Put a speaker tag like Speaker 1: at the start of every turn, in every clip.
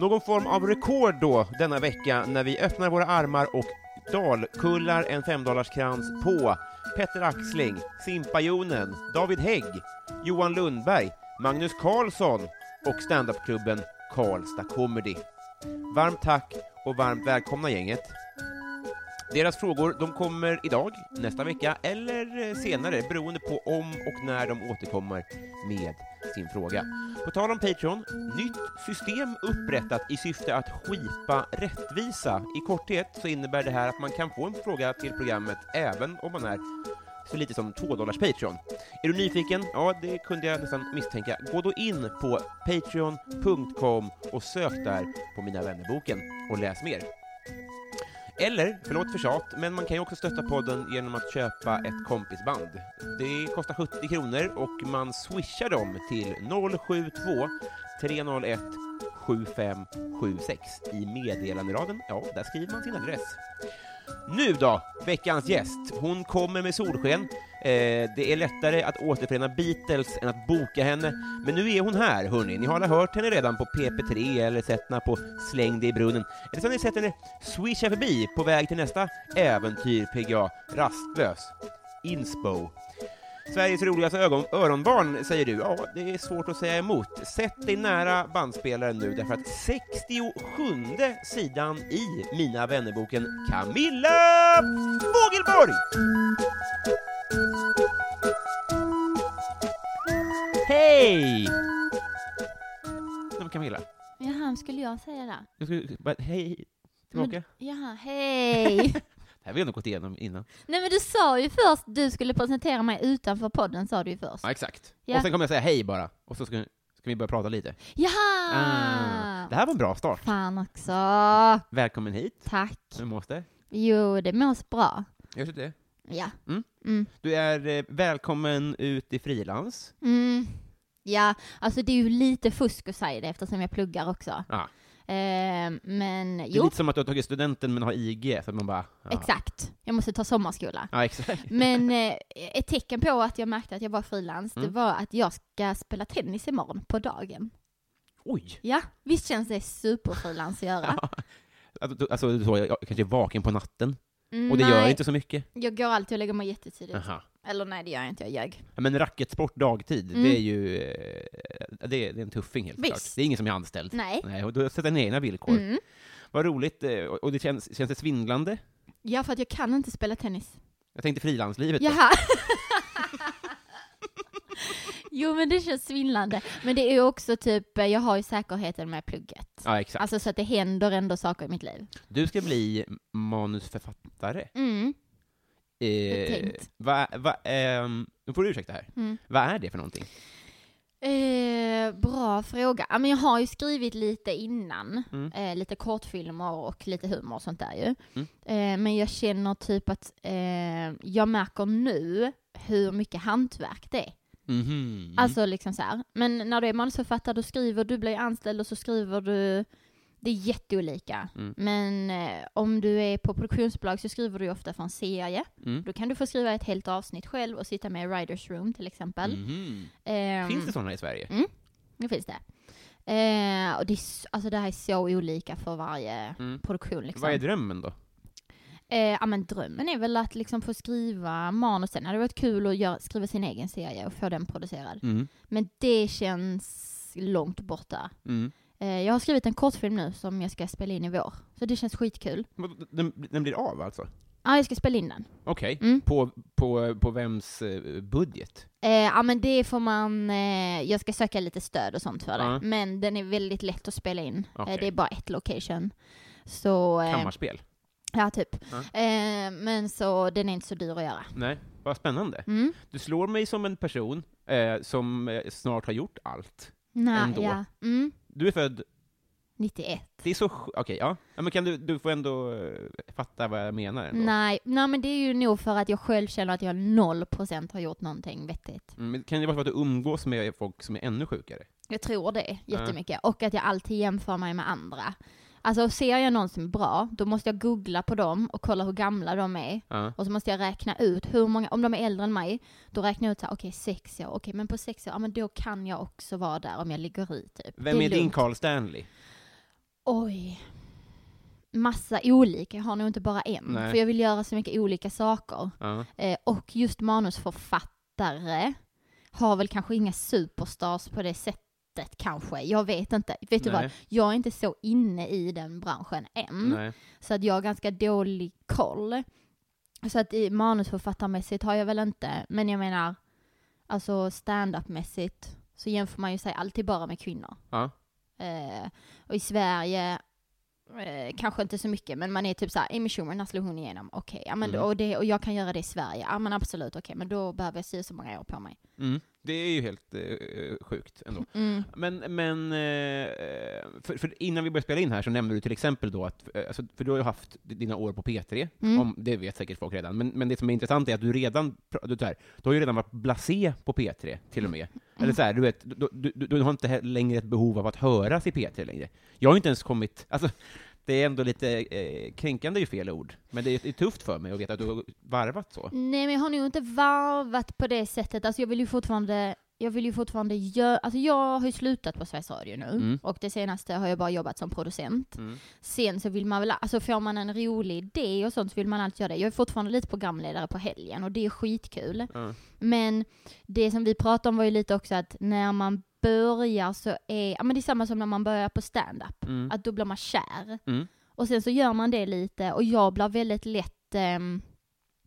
Speaker 1: Någon form av rekord då denna vecka när vi öppnar våra armar och dalkullar en femdollarskrans på Petter Axling, Simpajonen, David Hägg, Johan Lundberg, Magnus Carlsson och standupklubben Karlstad Comedy. Varmt tack och varmt välkomna gänget. Deras frågor de kommer idag, nästa vecka eller eh, senare beroende på om och när de återkommer med sin fråga. På tal om Patreon, nytt system upprättat i syfte att skipa rättvisa. I korthet så innebär det här att man kan få en fråga till programmet även om man är så lite som 2 dollars Patreon. Är du nyfiken? Ja, det kunde jag nästan misstänka. Gå då in på patreon.com och sök där på Mina vännerboken och läs mer. Eller, förlåt för tjat, men man kan ju också stötta podden genom att köpa ett kompisband. Det kostar 70 kronor och man swishar dem till 072 301 7576 i meddelanderaden. Ja, där skriver man sin adress. Nu då, veckans gäst. Hon kommer med solsken. Eh, det är lättare att återförena Beatles än att boka henne. Men nu är hon här, hörni. Ni har alla hört henne redan på PP3 eller sett henne på Släng dig i brunnen. Eller så har ni sett henne swisha förbi på väg till nästa äventyr, PGA Rastlös. Inspo. Sveriges roligaste ögon, öronbarn, säger du. Ja, det är svårt att säga emot. Sätt dig nära bandspelaren nu, därför att 67 sidan i Mina vännerboken Camilla Fogelborg! Hej! Nej, men Camilla,
Speaker 2: Jaha, skulle jag säga det?
Speaker 1: jag skulle bara, hej
Speaker 2: Men-
Speaker 1: tillbaka.
Speaker 2: Jaha, hej!
Speaker 1: Det här har vi ändå gått igenom innan.
Speaker 2: Nej men du sa ju först, du skulle presentera mig utanför podden sa du ju först.
Speaker 1: Ja, exakt.
Speaker 2: Ja.
Speaker 1: Och sen kommer jag säga hej bara, och så ska, ska vi börja prata lite.
Speaker 2: Jaha!
Speaker 1: Ah, det här var en bra start.
Speaker 2: Fan också!
Speaker 1: Välkommen hit.
Speaker 2: Tack!
Speaker 1: Hur mås det?
Speaker 2: Jo, det mås bra.
Speaker 1: Gör det?
Speaker 2: Ja.
Speaker 1: Mm.
Speaker 2: Mm.
Speaker 1: Du är eh, välkommen ut i frilans.
Speaker 2: Mm. Ja, alltså det är ju lite fusk att säga det eftersom jag pluggar också.
Speaker 1: Ja.
Speaker 2: Eh, men
Speaker 1: Det är
Speaker 2: jo,
Speaker 1: lite som att du har tagit studenten men har IG, så att man bara... Ja.
Speaker 2: exakt. Jag måste ta sommarskola.
Speaker 1: Ja, exakt.
Speaker 2: Men eh, ett tecken på att jag märkte att jag var frilans, det
Speaker 1: Mm.
Speaker 2: var att jag ska spela tennis imorgon på dagen.
Speaker 1: Oj!
Speaker 2: Ja, visst känns det superfrilans att göra?
Speaker 1: Alltså, du- alltså så, jag jag kanske är vaken på natten,
Speaker 2: Mm,
Speaker 1: och det
Speaker 2: nej,
Speaker 1: gör inte så mycket.
Speaker 2: Jag går alltid och lägger mig jättetidigt.
Speaker 1: Aha.
Speaker 2: Eller nej, det gör jag inte, jag ljög.
Speaker 1: Ja, Men racketsport dagtid,
Speaker 2: Mm.
Speaker 1: det är ju... eh, Det är, det är en tuffing helt
Speaker 2: Visst.
Speaker 1: klart. Det är ingen som är anställd.
Speaker 2: Nej.
Speaker 1: Nej, och du sätter dina egna villkor.
Speaker 2: Mm.
Speaker 1: Vad roligt, eh, och och det känns, känns det svindlande?
Speaker 2: Ja, för att jag kan inte spela tennis.
Speaker 1: Jag tänkte frilanslivet. då.
Speaker 2: Jaha. jo, men det känns svindlande. Men det är ju också typ, eh, jag har ju säkerheten med plugget.
Speaker 1: Ja, exakt.
Speaker 2: Alltså så att det händer ändå saker i mitt liv.
Speaker 1: Du ska bli manusförfattare.
Speaker 2: Mm. är
Speaker 1: Eh,
Speaker 2: tänkt.
Speaker 1: va, va, ehm, nu får du ursäkta här.
Speaker 2: Mm.
Speaker 1: Vad är det för någonting?
Speaker 2: Eh, bra fråga. Ja, men jag har ju skrivit lite innan.
Speaker 1: Mm.
Speaker 2: Eh, lite kortfilmer och lite humor och sånt där ju.
Speaker 1: Mm.
Speaker 2: Eh, men jag känner typ att eh, jag märker nu hur mycket hantverk det är.
Speaker 1: Mhm.
Speaker 2: Alltså liksom så här. Men när du är manusförfattare då skriver du, blir anställd och så skriver du Det är jätteolika.
Speaker 1: Mm.
Speaker 2: Men eh, om du är på produktionsbolag så skriver du ju ofta för en serie.
Speaker 1: Mm.
Speaker 2: Då kan du få skriva ett helt avsnitt själv och sitta med i writers room till exempel.
Speaker 1: Mhm.
Speaker 2: Ehm,
Speaker 1: Finns det sådana i Sverige?
Speaker 2: Nu finns det. Eh, och det, är, s- alltså det här är så olika för varje
Speaker 1: Mm.
Speaker 2: produktion. Liksom.
Speaker 1: Vad är drömmen då?
Speaker 2: Eh, ja, men drömmen är väl att liksom få skriva manusen. Det hade varit kul att göra, skriva sin egen serie och få den producerad.
Speaker 1: Mm.
Speaker 2: Men det känns långt borta.
Speaker 1: Mm.
Speaker 2: Eh, jag har skrivit en kortfilm nu som jag ska spela in i vår. Så det känns skitkul.
Speaker 1: Vad- Den, den blir av alltså?
Speaker 2: Ja, ah, jag ska spela in den.
Speaker 1: Okej.
Speaker 2: Mm.
Speaker 1: På, på, på vems eh, budget?
Speaker 2: Eh, ja men det får man, eh, jag ska söka lite stöd och sånt för det.
Speaker 1: Ja.
Speaker 2: Men den är väldigt lätt att spela in.
Speaker 1: Okej.
Speaker 2: Eh, det är bara ett location. Så, eh,
Speaker 1: Kammarspel?
Speaker 2: ja typ.
Speaker 1: Ja.
Speaker 2: Eh, men så den är inte så dyr att göra.
Speaker 1: Nej, vad spännande.
Speaker 2: Mm.
Speaker 1: Du slår mig som en person eh, som eh, snart har gjort allt.
Speaker 2: Nej,
Speaker 1: Ändå.
Speaker 2: Ja. Mm.
Speaker 1: Du är född,
Speaker 2: 91.
Speaker 1: det är så sj- okej, ja. ja. Men kan du, du får ändå eh, fatta vad jag menar ändå.
Speaker 2: Nej, nej, men det är ju nog för att jag själv känner att jag 0% har gjort någonting vettigt.
Speaker 1: Mm, men kan det vara för att du umgås med folk som är ännu sjukare?
Speaker 2: Jag tror det jättemycket. Och att jag alltid jämför mig med andra. Alltså ser jag någon som är bra, då måste jag googla på dem och kolla hur gamla de är.
Speaker 1: Ja.
Speaker 2: Och så måste jag räkna ut hur många, om de är äldre än mig, då räknar jag ut såhär, okej sex år, okej men på sex år, ja men då kan jag också vara där om jag ligger i typ.
Speaker 1: Vem är, din
Speaker 2: lugnt.
Speaker 1: Carl Stanley?
Speaker 2: Oj. Massa olika, jag har nog inte bara en.
Speaker 1: Nej.
Speaker 2: För jag vill göra så mycket olika saker.
Speaker 1: Ja.
Speaker 2: Eh, och just manusförfattare har väl kanske inga superstars på det sättet kanske. Jag vet inte. Vet du
Speaker 1: Nej.
Speaker 2: vad? Jag är inte så inne i den branschen än.
Speaker 1: Nej.
Speaker 2: Så att jag har ganska dålig koll. Så att i manusförfattarmässigt har jag väl inte, men jag menar alltså stand-up-mässigt så jämför man ju sig alltid bara med kvinnor.
Speaker 1: Ja.
Speaker 2: Eh, och i Sverige eh, kanske inte så mycket, men man är typ såhär, Amy Schumer, när slog hon igenom? Okej, ja, men då-
Speaker 1: Mm.
Speaker 2: och, det, och jag kan göra det i Sverige? Ja men absolut, okej, men då behöver jag se så många år på mig.
Speaker 1: Mm. Det är ju helt eh, sjukt ändå.
Speaker 2: Mm.
Speaker 1: Men, men eh, för, för innan vi började spela in här så nämnde du till exempel då att, eh, alltså, för du har ju haft dina år på P3,
Speaker 2: Mm.
Speaker 1: om, det vet säkert folk redan, men, men det som är intressant är att du redan, pr- du, så här, du har ju redan varit blasé på P3 till och med. Eller så här, du vet, du, du, du, du har inte he- längre ett behov av att höras i P3 längre. Jag har ju inte ens kommit, alltså, det är ändå lite eh, kränkande är ju fel ord, men det är, det är tufft för mig att veta att du har varvat så.
Speaker 2: Nej men jag har nog inte varvat på det sättet, alltså jag vill ju fortfarande jag vill ju fortfarande göra, alltså jag har ju slutat på Sveriges Radio nu
Speaker 1: Mm.
Speaker 2: och det senaste har jag bara jobbat som producent.
Speaker 1: Mm.
Speaker 2: Sen så vill man väl, alltså får man en rolig idé och sånt så vill man alltid göra det. Jag är fortfarande lite programledare på helgen och det är skitkul.
Speaker 1: Ja.
Speaker 2: Men det som vi pratade om var ju lite också att när man börjar så är, ja men det är samma som när man börjar på stand-up.
Speaker 1: Mm.
Speaker 2: Att då blir man kär.
Speaker 1: Mm.
Speaker 2: Och sen så gör man det lite och jag blir väldigt lätt, ehm,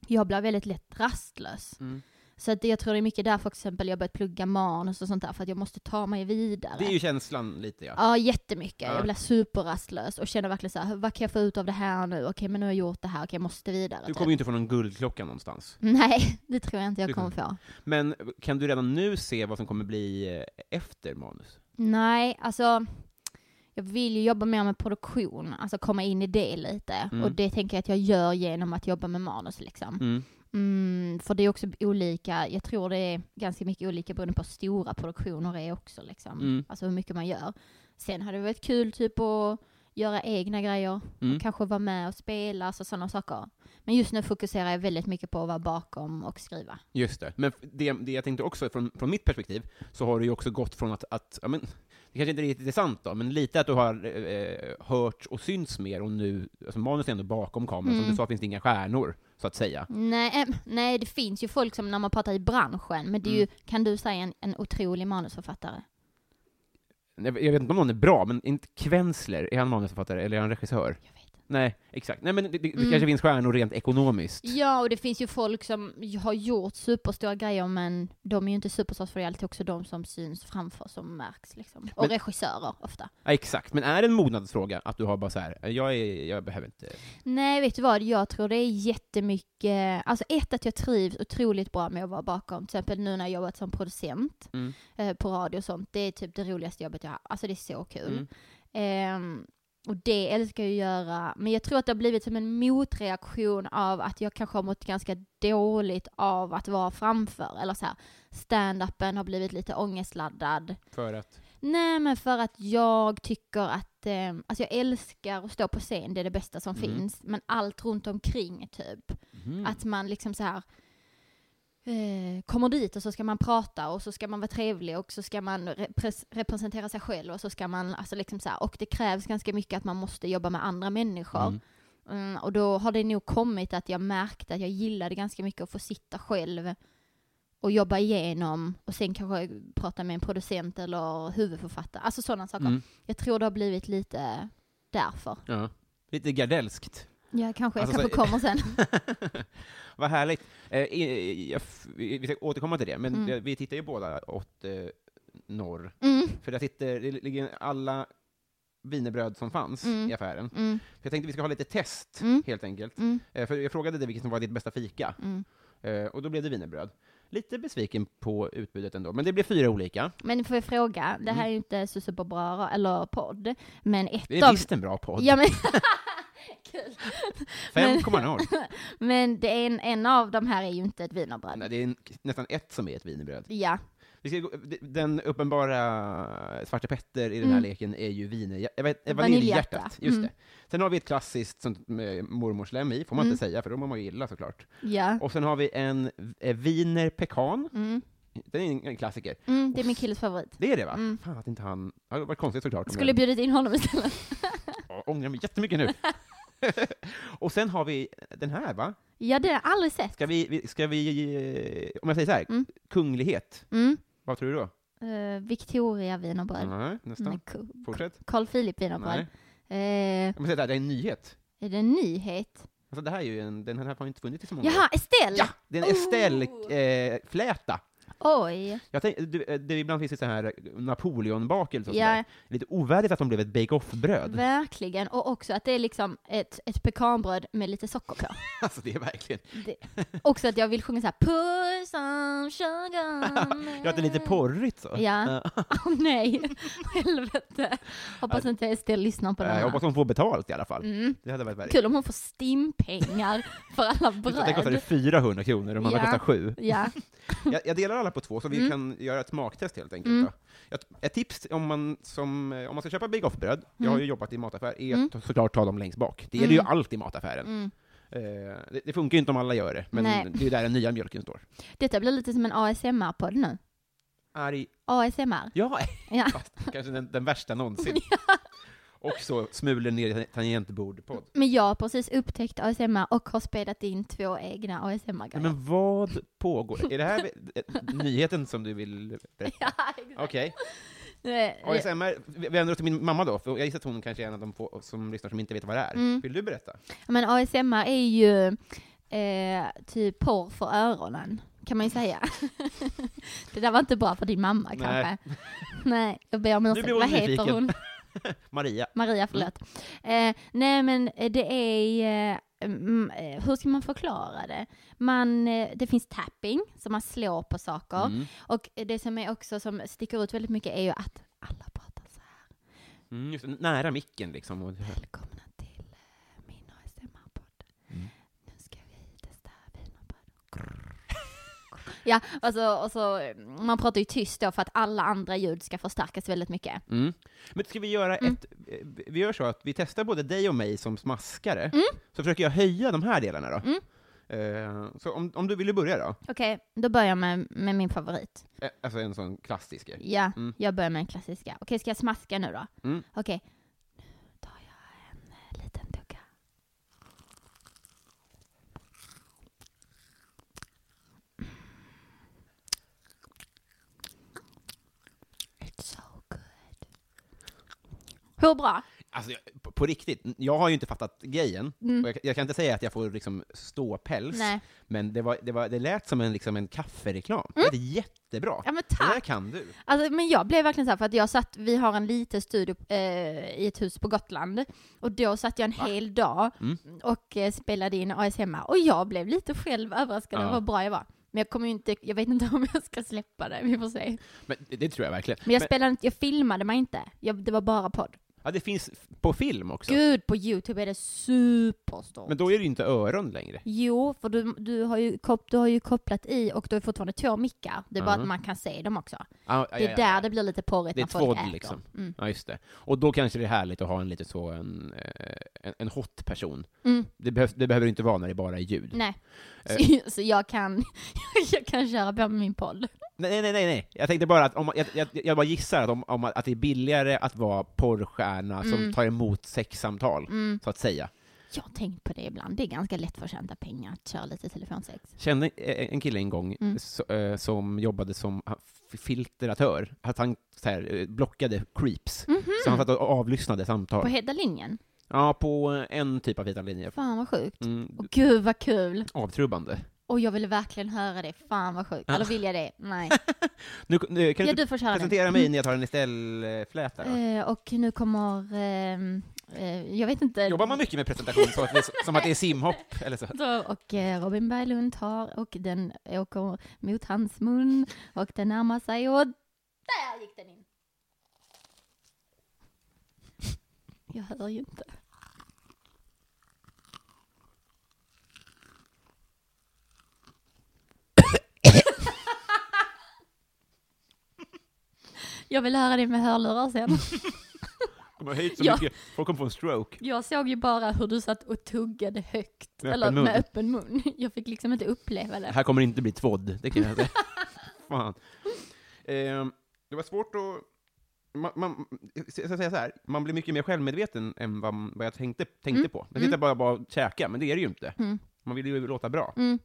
Speaker 2: jag blir väldigt lätt rastlös.
Speaker 1: Mm.
Speaker 2: Så att det- jag tror det är mycket därför till exempel jag börjat plugga manus och sånt där för att jag måste ta mig vidare.
Speaker 1: Det är ju känslan lite ja.
Speaker 2: Ja, jättemycket.
Speaker 1: Ja.
Speaker 2: Jag blir superrastlös och känner verkligen så här, vad kan jag få ut av det här nu? Okej, men nu har jag gjort det här, okej, jag måste vidare.
Speaker 1: Du
Speaker 2: typ.
Speaker 1: kommer ju inte få någon guldklocka någonstans.
Speaker 2: Nej, det tror jag inte
Speaker 1: Du
Speaker 2: jag
Speaker 1: kommer-
Speaker 2: kommer få.
Speaker 1: Men kan du redan nu se vad som kommer bli eh, efter manus?
Speaker 2: Nej, alltså jag vill ju jobba mer med produktion, alltså komma in i det lite.
Speaker 1: Mm.
Speaker 2: Och det tänker jag att jag gör genom att jobba med manus liksom.
Speaker 1: Mm.
Speaker 2: Mm, för det är också olika, jag tror det är ganska mycket olika beroende på hur stora produktioner är också liksom.
Speaker 1: Mm.
Speaker 2: Alltså hur mycket man gör. Sen hade det varit kul typ att göra egna grejer,
Speaker 1: Mm.
Speaker 2: och kanske vara med och spela, alltså sådana saker. Men just nu fokuserar jag väldigt mycket på att vara bakom och skriva.
Speaker 1: Just det. Men f- det, det jag tänkte också, från, från mitt perspektiv, så har du ju också gått från att, att ja, men, det kanske inte riktigt är sant då, men lite att du har eh, hört och synts mer och nu, alltså manus är ändå bakom kameran, som
Speaker 2: Mm.
Speaker 1: du sa finns det inga stjärnor, så att säga.
Speaker 2: Nej, em, nej, det finns ju folk som när man pratar i branschen, men det är
Speaker 1: Mm.
Speaker 2: ju, kan du säga en, en otrolig manusförfattare?
Speaker 1: Jag, jag vet inte om någon är bra, men inte Kvensler, är han manusförfattare eller är han regissör?
Speaker 2: Jag vet inte.
Speaker 1: Nej, exakt. Nej men det, det, det
Speaker 2: Mm.
Speaker 1: kanske finns stjärnor rent ekonomiskt.
Speaker 2: Ja, och det finns ju folk som har gjort superstora grejer, men de är ju inte superstars för det är alltid också de som syns framför, som märks liksom. Och
Speaker 1: Men-
Speaker 2: regissörer ofta.
Speaker 1: Ja, exakt. Men är det en mognadsfråga att du har bara så här, jag, är, jag behöver inte...
Speaker 2: Nej, vet du vad? Jag tror det är jättemycket, alltså ett att jag trivs otroligt bra med att vara bakom, till exempel nu när jag jobbat som producent
Speaker 1: Mm.
Speaker 2: eh, på radio och sånt, det är typ det roligaste jobbet jag har, alltså det är så kul.
Speaker 1: Mm.
Speaker 2: Ehm, och det älskar jag att göra. Men jag tror att det har blivit som en motreaktion av att jag kanske har mått ganska dåligt av att vara framför. Eller så här, stand-upen har blivit lite ångestladdad.
Speaker 1: För att...
Speaker 2: Nej men för att jag tycker att, eh, alltså jag älskar att stå på scen, det är det bästa som
Speaker 1: Mm.
Speaker 2: finns. Men allt runt omkring typ.
Speaker 1: Mhm.
Speaker 2: Att man liksom så här eh, kommer dit och så ska man prata och så ska man vara trevlig och så ska man repres- representera sig själv och så ska man, alltså liksom så här, och det krävs ganska mycket att man måste jobba med andra människor.
Speaker 1: Mm.
Speaker 2: Mm, och då har det nog kommit att jag märkte att jag gillade ganska mycket att få sitta själv och jobba igenom och sen kanske prata med en producent eller huvudförfattare. Alltså sådana saker.
Speaker 1: Mm.
Speaker 2: Jag tror det har blivit lite därför.
Speaker 1: Ja. Lite gardelskt.
Speaker 2: Ja, kanske.
Speaker 1: Alltså,
Speaker 2: jag kanske
Speaker 1: så-
Speaker 2: kommer sen.
Speaker 1: Vad härligt. Eh, i- jag f- vi vi ska återkomma till det, men
Speaker 2: Mm.
Speaker 1: eh, vi tittar ju båda åt eh, norr.
Speaker 2: Mm,
Speaker 1: För där sitter, det ligger alla wienerbröd som fanns
Speaker 2: Mm.
Speaker 1: i affären.
Speaker 2: mm,
Speaker 1: För jag tänkte vi ska ha lite test,
Speaker 2: Mm.
Speaker 1: helt enkelt.
Speaker 2: mm,
Speaker 1: Eh, för jag frågade dig vilket som var ditt bästa fika,
Speaker 2: mm.
Speaker 1: eh, och då blev det wienerbröd. Lite besviken på utbudet ändå, men det blev fyra olika.
Speaker 2: Men får jag fråga, det här är ju inte så superbra ra- eller podd, men ett
Speaker 1: Mm. Det är
Speaker 2: av...
Speaker 1: visst en bra podd.
Speaker 2: Ja, men... Kul. men-
Speaker 1: 5,0.
Speaker 2: Men det är en, en av de här är ju inte ett wienerbröd.
Speaker 1: Nej, det är en, nästan ett som är ett wienerbröd.
Speaker 2: Ja,
Speaker 1: Vi ska gå, d- den uppenbara eh, Svarte Petter i den här
Speaker 2: Mm.
Speaker 1: leken är ju viner, jag vet, eh,
Speaker 2: Vaniljhjärta.
Speaker 1: vaniljhjärtat. Just
Speaker 2: Mm.
Speaker 1: det. Sen har vi ett klassiskt sånt med mormorslem i, får man
Speaker 2: Mm.
Speaker 1: inte säga, för de har man ju illa såklart.
Speaker 2: ja.
Speaker 1: Och sen har vi en eh, wiener pekan,
Speaker 2: Mm.
Speaker 1: den är en- en klassiker.
Speaker 2: Mm, det är min killes favorit.
Speaker 1: Det är det va?
Speaker 2: Mm.
Speaker 1: Fan att inte han, det hade varit konstigt såklart. om
Speaker 2: Skulle
Speaker 1: jag-
Speaker 2: bjudit in honom istället.
Speaker 1: Åh, ångrar mig jättemycket nu. och sen har vi den här va?
Speaker 2: Ja, det har jag aldrig sett.
Speaker 1: Ska vi, vi- ska vi eh, om jag säger så här,
Speaker 2: Mm.
Speaker 1: kunglighet,
Speaker 2: Mm.
Speaker 1: vad tror du då?
Speaker 2: Eh, Victoria wienerbröd.
Speaker 1: Nej, nästan.
Speaker 2: Mm. Ko-
Speaker 1: Fortsätt.
Speaker 2: Carl Philip
Speaker 1: Nej.
Speaker 2: wienerbröd. Eh,
Speaker 1: Om jag säger så här, det är en nyhet.
Speaker 2: är det en nyhet?
Speaker 1: Alltså det här är ju en, den här har inte funnits i så många år.
Speaker 2: Jaha, Oh! Estelle!
Speaker 1: Mm. Ja! Det är en Estelle-fläta.
Speaker 2: Oj!
Speaker 1: jag tänk, du, eh, det ibland finns det så här Napoleonbakelser och
Speaker 2: Ja.
Speaker 1: sådär. Lite ovärdigt att de blev ett bake-off-bröd.
Speaker 2: Verkligen. Och också att det är liksom ett, ett pekanbröd med lite socker på.
Speaker 1: Alltså det är verkligen...
Speaker 2: Det. Också att jag vill sjunga så här Put some sugar man."
Speaker 1: Ja, att det är lite porrigt så.
Speaker 2: Mm. Ja. Åh nej, helvete. Hoppas inte Estelle lyssnar på
Speaker 1: Eh,
Speaker 2: den här.
Speaker 1: Jag hoppas de får betalt i alla fall.
Speaker 2: Mm.
Speaker 1: Det hade varit värre.
Speaker 2: Kul om hon får stimpengar för alla
Speaker 1: Just att Det kostade
Speaker 2: bröd.
Speaker 1: 400 kronor, de andra
Speaker 2: Ja.
Speaker 1: kostar 7.
Speaker 2: Ja.
Speaker 1: Jag, jag delar alla på två, så vi
Speaker 2: Mm.
Speaker 1: kan göra ett smaktest helt enkelt.
Speaker 2: Mm.
Speaker 1: Då. Ett, ett tips om man, som, eh, om man ska köpa Bake Off-bröd, jag
Speaker 2: Mm.
Speaker 1: har ju jobbat i mataffär, är
Speaker 2: Mm.
Speaker 1: att såklart ta dem längst bak. Det gäller ju
Speaker 2: Mm.
Speaker 1: allt i mataffären.
Speaker 2: Mm.
Speaker 1: Eh, det, det funkar ju inte om alla gör det, men
Speaker 2: Nej.
Speaker 1: det är ju där den nya mjölken står.
Speaker 2: Detta blir lite som en ASMR-podd nu.
Speaker 1: Arg.
Speaker 2: ASMR.
Speaker 1: Ja,
Speaker 2: Ja.
Speaker 1: fast kanske den, den värsta någonsin. Och så smulen ner i tangentbord-podd.
Speaker 2: Men jag har precis upptäckt ASMR och har spelat in två egna ASMR-grejer.
Speaker 1: Men vad pågår? Är det här eh, nyheten som du vill berätta?
Speaker 2: Ja, exakt.
Speaker 1: Okej.
Speaker 2: Nu är-
Speaker 1: ASMR, vi vänder oss till min mamma då, för jag gissar att hon kanske är en av de få som lyssnar som inte vet vad det är.
Speaker 2: Mm.
Speaker 1: Vill du berätta?
Speaker 2: Men ASMR är ju eh, typ porr för öronen, kan man ju säga. det där var inte bra för din mamma kanske. Nej, jag ber om
Speaker 1: Nu
Speaker 2: ursäkt.
Speaker 1: blir hon
Speaker 2: Vad heter
Speaker 1: nyfiken.
Speaker 2: hon?
Speaker 1: Maria.
Speaker 2: Maria, förlåt. Eh, nej men eh, det är, eh, mm, eh, hur ska man förklara det? Man, eh, det finns tapping, så man slår på saker.
Speaker 1: Mm.
Speaker 2: Och det som är också som sticker ut väldigt mycket är ju att alla pratar så här.
Speaker 1: Mm, just, det, nära micken liksom. Och,
Speaker 2: Välkomna till eh, min ASMR-podd.
Speaker 1: Mm.
Speaker 2: Nu ska vi testa wienerbröd. Ja, alltså, och så, eh, man pratar ju tyst då för att alla andra ljud ska förstärkas väldigt mycket.
Speaker 1: mm. Men ska vi göra
Speaker 2: Mm.
Speaker 1: ett... eh, Vi gör så att vi testar både dig och mig som smaskare, så försöker jag höja de här delarna då.
Speaker 2: Mm.
Speaker 1: Eh, så om, om du vill börja då?
Speaker 2: Okej, då börjar jag med, med min favorit.
Speaker 1: Eh, Alltså en sån klassisk.
Speaker 2: Ja,
Speaker 1: Mm.
Speaker 2: jag börjar med den klassiska. Okej, ska jag smaska nu då?
Speaker 1: Mm.
Speaker 2: Okej. Nu tar jag en eh, liten tugga. It's so good. Hur bra?
Speaker 1: Alltså, jag- på, på riktigt, jag har ju inte fattat grejen.
Speaker 2: Mm.
Speaker 1: Och jag, jag kan inte säga att jag får liksom ståpäls,
Speaker 2: Nej.
Speaker 1: men det, var, det, var, det lät som en, liksom en kaffereklam. Det är jättebra.
Speaker 2: Mm. Ja men
Speaker 1: Det
Speaker 2: tack.
Speaker 1: där kan du.
Speaker 2: Alltså, men jag blev verkligen så här för att jag satt, vi har en liten studio eh, i ett hus på Gotland och då satt jag en hel dag
Speaker 1: Mm.
Speaker 2: och eh, spelade in ASMR och jag blev lite själv överraskad
Speaker 1: Ja.
Speaker 2: över hur bra jag var. Men jag kommer ju inte, jag vet inte om jag ska släppa det, vi får se.
Speaker 1: Men det, det tror jag verkligen.
Speaker 2: Men jag spelade inte, jag filmade mig inte, jag, det var bara podd.
Speaker 1: Ja, det finns f- på film också.
Speaker 2: Gud, på YouTube är det superstort.
Speaker 1: Men då är det ju inte öron längre.
Speaker 2: Jo, för du, du, har ju kop, du har ju kopplat i och du har fortfarande två mickar. Det är bara
Speaker 1: Mhm.
Speaker 2: att man kan se dem också.
Speaker 1: Ah,
Speaker 2: Det är där det blir lite porrigt
Speaker 1: Det är
Speaker 2: när folk
Speaker 1: tvådd,
Speaker 2: äter.
Speaker 1: liksom.
Speaker 2: Mm.
Speaker 1: Ja, just det. Och då kanske det är härligt att ha en lite så, en, eh, en, en hot person.
Speaker 2: Mm.
Speaker 1: Det, behövs, det behöver inte vara när det bara är ljud.
Speaker 2: Nej.
Speaker 1: Eh.
Speaker 2: Så, så jag, kan, jag kan köra på med min podd.
Speaker 1: Nej, nej, nej, nej. Jag tänkte bara att, om, jag, jag, jag bara gissar att, om, om, att det är billigare att vara porrstjärna som
Speaker 2: Mm.
Speaker 1: tar emot sexsamtal,
Speaker 2: Mm.
Speaker 1: så att säga.
Speaker 2: Jag har tänkt på det ibland. Det är ganska lätt för att tjäna pengar att köra lite telefonsex.
Speaker 1: Kände eh, en kille en gång
Speaker 2: Mm.
Speaker 1: så, eh, som jobbade som eh, f- filtratör, att han så här, eh, blockade creeps.
Speaker 2: Mhm.
Speaker 1: Så han satt och avlyssnade samtal.
Speaker 2: På hela linjen.
Speaker 1: ja, på eh, en typ av vita linjer.
Speaker 2: Fan vad sjukt.
Speaker 1: Mm,
Speaker 2: Och gud vad kul.
Speaker 1: avtrubbande.
Speaker 2: Och jag ville verkligen höra det. Fan vad sjukt.
Speaker 1: Ja.
Speaker 2: Eller vill jag det? Nej.
Speaker 1: Nu, nu, kan
Speaker 2: Ja,
Speaker 1: Ah. du
Speaker 2: du får köra den.
Speaker 1: presentera mig när jag tar en Estelle-fläta? då?
Speaker 2: Eh, och nu kommer, ehm, eh, jag vet inte.
Speaker 1: Jobbar man mycket med presentation så att det, är- som att det är simhopp? Eller så?
Speaker 2: Så, och eh, Robin Berglund tar och den åker mot hans mun och den närmar sig och där gick den in. Jag hör ju inte. Jag vill höra det med hörlurar sen.
Speaker 1: Kommer hit så
Speaker 2: Ja.
Speaker 1: mycket, folk kommer få en stroke.
Speaker 2: Jag såg ju bara hur du satt och tuggade högt,
Speaker 1: Med öppen
Speaker 2: eller
Speaker 1: mun.
Speaker 2: med öppen mun. Jag fick liksom inte uppleva det.
Speaker 1: Här kommer det inte bli tvådd, det kan jag säga. Fan. Ehm, det var svårt att... Man, man, jag ska säga så här, man blir mycket mer självmedveten än vad, vad jag tänkte, tänkte på. Jag tänkte bara, bara käka, men det är det ju inte.
Speaker 2: Mm.
Speaker 1: Man vill ju låta bra.
Speaker 2: Eh,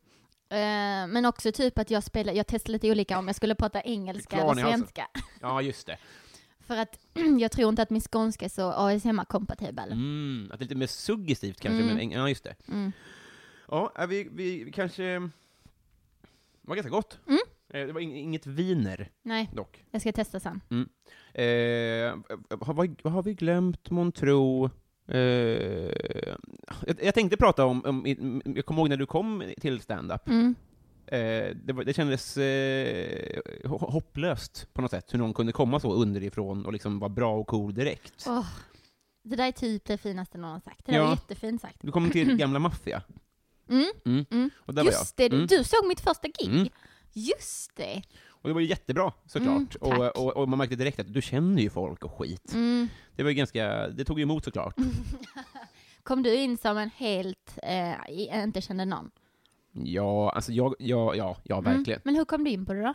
Speaker 2: men också typ att jag spelar, jag testade lite olika om jag skulle prata engelska
Speaker 1: Klan
Speaker 2: eller
Speaker 1: i halsen.
Speaker 2: svenska.
Speaker 1: Ja, just det.
Speaker 2: För att jag tror inte att min skånska är så ASMR-kompatibel.
Speaker 1: Mm, att det är lite mer suggestivt kanske,
Speaker 2: Mm.
Speaker 1: men ja, just det.
Speaker 2: Mm.
Speaker 1: Ja, äh, vi, vi vi kanske... Det var ganska gott.
Speaker 2: Mm.
Speaker 1: Eh, Det var ing- inget viner,
Speaker 2: Nej,
Speaker 1: dock.
Speaker 2: jag ska testa sen.
Speaker 1: Eh, har, vad, vad har vi glömt månntro? Eh, jag, jag tänkte prata om, om, jag kommer ihåg när du kom till stand-up,
Speaker 2: Mm.
Speaker 1: eh, det, var, det kändes eh, ho- hopplöst på något sätt, hur någon kunde komma så underifrån och liksom vara bra och cool direkt.
Speaker 2: Åh, det där är typ det finaste någon har sagt. Det där
Speaker 1: Ja.
Speaker 2: är jättefint sagt.
Speaker 1: Du kom till gamla maffia,
Speaker 2: Mm.
Speaker 1: Mm.
Speaker 2: Mm.
Speaker 1: och där var jag.
Speaker 2: Just det, du-
Speaker 1: Mm.
Speaker 2: du såg mitt första gig.
Speaker 1: Mm.
Speaker 2: Just det.
Speaker 1: Och det var ju jättebra, såklart.
Speaker 2: Mm,
Speaker 1: och,
Speaker 2: tack.
Speaker 1: och, och man märkte direkt att du känner ju folk och skit.
Speaker 2: Mm.
Speaker 1: Det var ju ganska, det tog ju emot såklart.
Speaker 2: Kom du in som en helt, eh, i- inte kände någon?
Speaker 1: Ja, alltså jag, ja, ja, ja
Speaker 2: Mm.
Speaker 1: verkligen.
Speaker 2: Men hur kom du in på det då?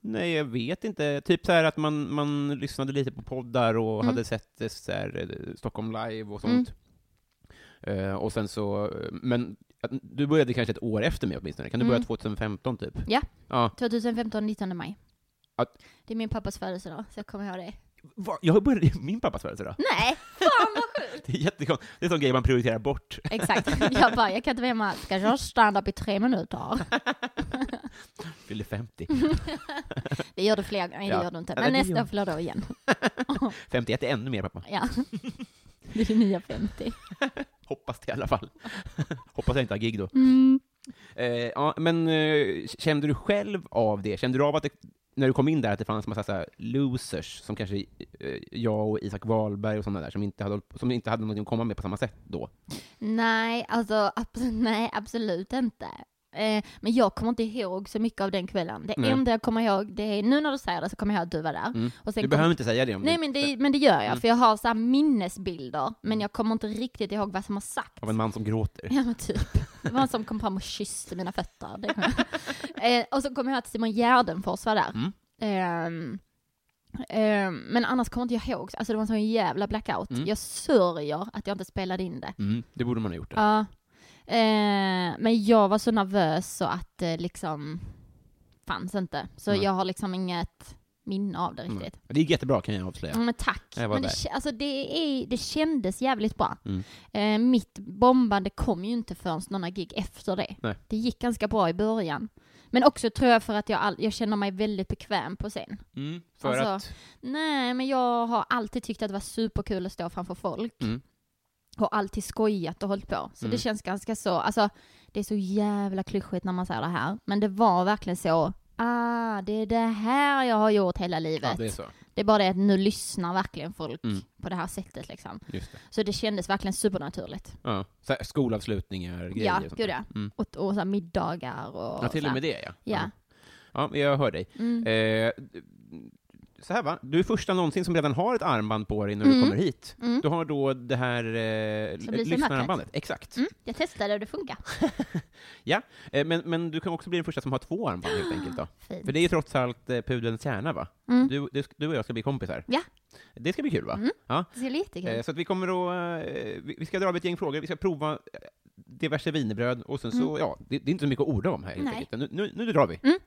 Speaker 1: Nej, jag vet inte. Typ så här att man, man lyssnade lite på poddar och
Speaker 2: Mm.
Speaker 1: hade sett eh, så här, eh, Stockholm live och sånt.
Speaker 2: Mm.
Speaker 1: Eh, och sen så, eh, men att- du började kanske ett år efter mig åtminstone. Kan du börja
Speaker 2: Mm.
Speaker 1: 2015 typ?
Speaker 2: Ja.
Speaker 1: ja.
Speaker 2: 2015, 19 maj.
Speaker 1: Att-
Speaker 2: Det är min pappas födelsedag, så jag kommer ihåg det.
Speaker 1: Va? Jag började i min pappas födelsedag.
Speaker 2: Nej, fan vad sjukt!
Speaker 1: Det är jättekonstigt. Det är en sån grej man prioriterar bort.
Speaker 2: Exakt. Jag bara, jag kan inte vara hemma. Ska jag stand-up i tre minuter?
Speaker 1: Fyllde 50.
Speaker 2: Det gör du fler gånger. Nej,
Speaker 1: Ja.
Speaker 2: det gör du inte.
Speaker 1: Ja,
Speaker 2: Men
Speaker 1: det
Speaker 2: nästa
Speaker 1: gör-
Speaker 2: år fyller du igen.
Speaker 1: 51 är ännu mer pappa.
Speaker 2: Ja. Det är det nya 50.
Speaker 1: Hoppas det i alla fall. Hoppas jag inte har gig då.
Speaker 2: Mm.
Speaker 1: Eh, ja, men eh, kände du själv av det? Kände du av att det, när du kom in där att det fanns massa så här, losers, som kanske eh, jag och Isak Wahlberg och sådana där, som inte, hade, som inte hade någonting att komma med på samma sätt då?
Speaker 2: Nej, alltså abs- nej, absolut inte. Eh, Men jag kommer inte ihåg så mycket av den kvällen. Det
Speaker 1: Nej.
Speaker 2: enda jag kommer ihåg, det är, nu när du säger det så kommer jag ihåg att du var där.
Speaker 1: Mm.
Speaker 2: Och sen
Speaker 1: Du
Speaker 2: kom-
Speaker 1: behöver inte säga det om
Speaker 2: Nej
Speaker 1: du,
Speaker 2: men det, men det gör jag,
Speaker 1: Mm.
Speaker 2: för jag har så här minnesbilder, men jag kommer inte riktigt ihåg vad som har sagts.
Speaker 1: av en man som gråter.
Speaker 2: Ja men typ. Det var han som kom fram och kysste mina fötter. Det kommer jag. Eh, och så kommer jag ihåg att Simon Gärdenfors var där.
Speaker 1: Mm.
Speaker 2: Ehm, ehm, men annars kommer inte jag ihåg. Alltså det var en sån jävla blackout.
Speaker 1: Mm.
Speaker 2: Jag sörjer att jag inte spelade in det.
Speaker 1: Mm, det borde man ha gjort. Det.
Speaker 2: Ja. Eh, men jag var så nervös så att det liksom fanns inte. Så
Speaker 1: Nej.
Speaker 2: jag har liksom inget minne av det
Speaker 1: Mm.
Speaker 2: riktigt.
Speaker 1: Det gick jättebra kan jag avslöja.
Speaker 2: Ja, men tack.
Speaker 1: Jag var
Speaker 2: Men det,
Speaker 1: där.
Speaker 2: kä- alltså det, är, det kändes jävligt bra.
Speaker 1: Mm.
Speaker 2: Eh, mitt bombande kom ju inte förrän några gig efter det.
Speaker 1: Nej.
Speaker 2: Det gick ganska bra i början. Men också tror jag för att jag, all, jag känner mig väldigt bekväm på scen.
Speaker 1: Mm, för
Speaker 2: Alltså-
Speaker 1: att...
Speaker 2: Nej, men jag har alltid tyckt att det var superkul att stå framför folk.
Speaker 1: Mm.
Speaker 2: Och alltid skojat och hållit på. Så
Speaker 1: Mm.
Speaker 2: det känns ganska så, alltså det är så jävla klyschigt när man säger det här. Men det var verkligen så, ah det är det här jag har gjort hela livet.
Speaker 1: Ja, det är så.
Speaker 2: Det är bara det att nu lyssnar verkligen folk
Speaker 1: Mm.
Speaker 2: på det här sättet liksom.
Speaker 1: Just det.
Speaker 2: Så det kändes verkligen supernaturligt.
Speaker 1: Ja. Så här, skolavslutningar, grejer
Speaker 2: Ja,
Speaker 1: och sånt
Speaker 2: gud
Speaker 1: där.
Speaker 2: ja.
Speaker 1: Mm.
Speaker 2: Och, och så här middagar och
Speaker 1: Ja, till
Speaker 2: så
Speaker 1: och
Speaker 2: här.
Speaker 1: med det ja. Mm.
Speaker 2: Ja.
Speaker 1: Ja, men jag hör dig.
Speaker 2: Mm.
Speaker 1: Eh, så här va, du är första någonsin som redan har ett armband på dig när du
Speaker 2: Mm.
Speaker 1: kommer hit.
Speaker 2: Mm.
Speaker 1: Du har då det här eh,
Speaker 2: Som blir som
Speaker 1: lyssnararmbandet. Exakt.
Speaker 2: Mm. Jag testade och det funkar.
Speaker 1: Eh, men, men du kan också bli den första som har två armband helt enkelt då.
Speaker 2: Fint.
Speaker 1: För det är ju trots allt eh, pudelns kärna va?
Speaker 2: Mm.
Speaker 1: Du, du, du och jag ska bli kompisar.
Speaker 2: Ja.
Speaker 1: Det ska bli kul va?
Speaker 2: Mm.
Speaker 1: Ja.
Speaker 2: Det ser lite kul
Speaker 1: Eh,
Speaker 2: ut.
Speaker 1: Så att vi kommer att, eh, vi vi ska dra av ett gäng frågor, vi ska prova eh, diverse wienerbröd, och sen så,
Speaker 2: Mm.
Speaker 1: ja, det, det är inte så mycket att orda om här helt
Speaker 2: Nej.
Speaker 1: enkelt. Nu, nu, nu drar vi.
Speaker 2: Mm.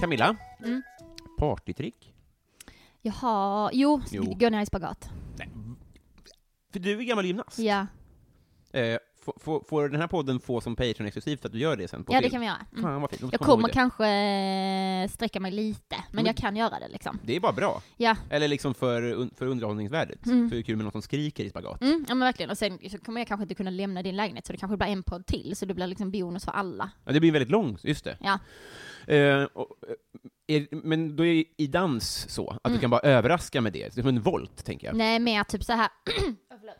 Speaker 1: Camilla,
Speaker 2: Mm.
Speaker 1: partytrick?
Speaker 2: Jaha, jo, så
Speaker 1: Jo.
Speaker 2: går ner i spagat.
Speaker 1: För du är gammal gymnast.
Speaker 2: Ja,
Speaker 1: Eh, får- får- får den här podden få som Patreon-exklusivt att du gör det sen på
Speaker 2: ja
Speaker 1: film?
Speaker 2: det kan vi göra. Mm.
Speaker 1: Fan vad fint, Då
Speaker 2: Jag
Speaker 1: kommer man ihåg
Speaker 2: kommer
Speaker 1: det. Mm.
Speaker 2: kanske eh, sträcka mig lite, men,
Speaker 1: Men-
Speaker 2: jag kan göra det liksom.
Speaker 1: Det är bara bra.
Speaker 2: Ja.
Speaker 1: Eller liksom för, un- för underhållningsvärdet.
Speaker 2: Mm.
Speaker 1: För det är kul med någon som skriker i spagat.
Speaker 2: Mm, ja men verkligen. Och sen så kommer jag kanske inte kunna lämna din lägenhet, så det kanske blir en podd till, så det blir liksom bonus för alla.
Speaker 1: Ja, det blir väldigt långt, just det.
Speaker 2: Ja.
Speaker 1: Eh, och, eh, är, men då är ju i dans så, att du
Speaker 2: Mm.
Speaker 1: kan bara överraska med det. Det är som en volt, tänker jag.
Speaker 2: Nej, mer typ så här. Åh, förlåt.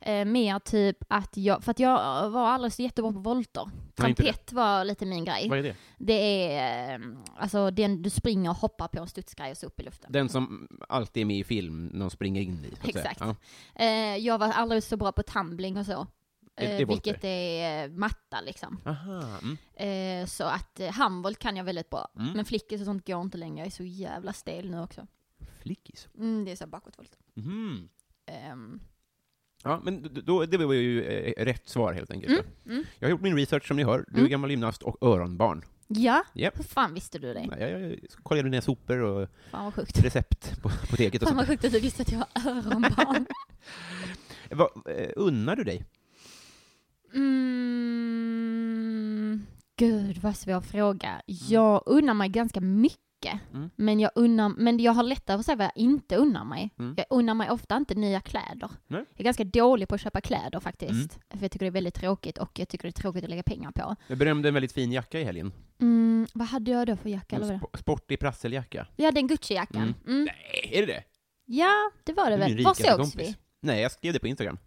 Speaker 2: Eh, mer typ att jag, för att jag var aldrig så jättebra på volter.
Speaker 1: Nej, inte det.
Speaker 2: Trampett var lite min grej.
Speaker 1: Vad är det?
Speaker 2: Det är eh, alltså den du springer och hoppar på en studsgrej och så upp i luften.
Speaker 1: Den som alltid är med i film, någon springer in i. så att säga.
Speaker 2: Exakt.
Speaker 1: Ja.
Speaker 2: Eh, jag var aldrig så bra på tumbling och så.
Speaker 1: Det- det är
Speaker 2: Eh,
Speaker 1: volter.
Speaker 2: vilket är eh, matta liksom.
Speaker 1: Aha. Mm.
Speaker 2: Eh, så att eh, handboll kan jag väldigt bra.
Speaker 1: Mm.
Speaker 2: Men flickis och sånt går inte längre. Jag är så jävla stel nu också.
Speaker 1: Flickis.
Speaker 2: Mm, det är så här bakåtvolt.
Speaker 1: Mhm.
Speaker 2: Ehm,
Speaker 1: Ja, men d- då, det var ju eh, rätt svar helt enkelt.
Speaker 2: Mm, mm.
Speaker 1: Jag har gjort min research som ni hör. Du är
Speaker 2: Mm.
Speaker 1: gammal gymnast och öronbarn.
Speaker 2: ja,
Speaker 1: Japp.
Speaker 2: hur fan visste du det?
Speaker 1: Nej, Jag, jag, kollade ner sopor och
Speaker 2: Fan vad sjukt.
Speaker 1: recept på apoteket och
Speaker 2: Fan vad
Speaker 1: sånt.
Speaker 2: sjukt att du visste att jag var öronbarn.
Speaker 1: Vad, eh, unnar du dig?
Speaker 2: Mm, gud vad svår fråga. Jag unnar mig ganska mycket.
Speaker 1: Mm.
Speaker 2: Men, jag unnar, men jag har lättare att säga vad jag inte unnar mig.
Speaker 1: Mm.
Speaker 2: Jag unnar mig ofta inte nya kläder.
Speaker 1: Nej. Mm.
Speaker 2: Jag är ganska dålig på att köpa kläder faktiskt. För jag tycker det är väldigt tråkigt och jag tycker det är tråkigt att lägga pengar på.
Speaker 1: Jag berömde en väldigt fin jacka i helgen.
Speaker 2: Mm, vad hade jag då för jacka?
Speaker 1: En
Speaker 2: Eller vad det?
Speaker 1: sp- sportig prasseljacka.
Speaker 2: Ja, den Gucci-jackan.
Speaker 1: Mm.
Speaker 2: Mm.
Speaker 1: Nej, är det det?
Speaker 2: Ja, det var det
Speaker 1: Du är
Speaker 2: väl.
Speaker 1: min
Speaker 2: Var
Speaker 1: rikaste
Speaker 2: sågs vi?
Speaker 1: kompis. Nej, jag skrev det på Instagram.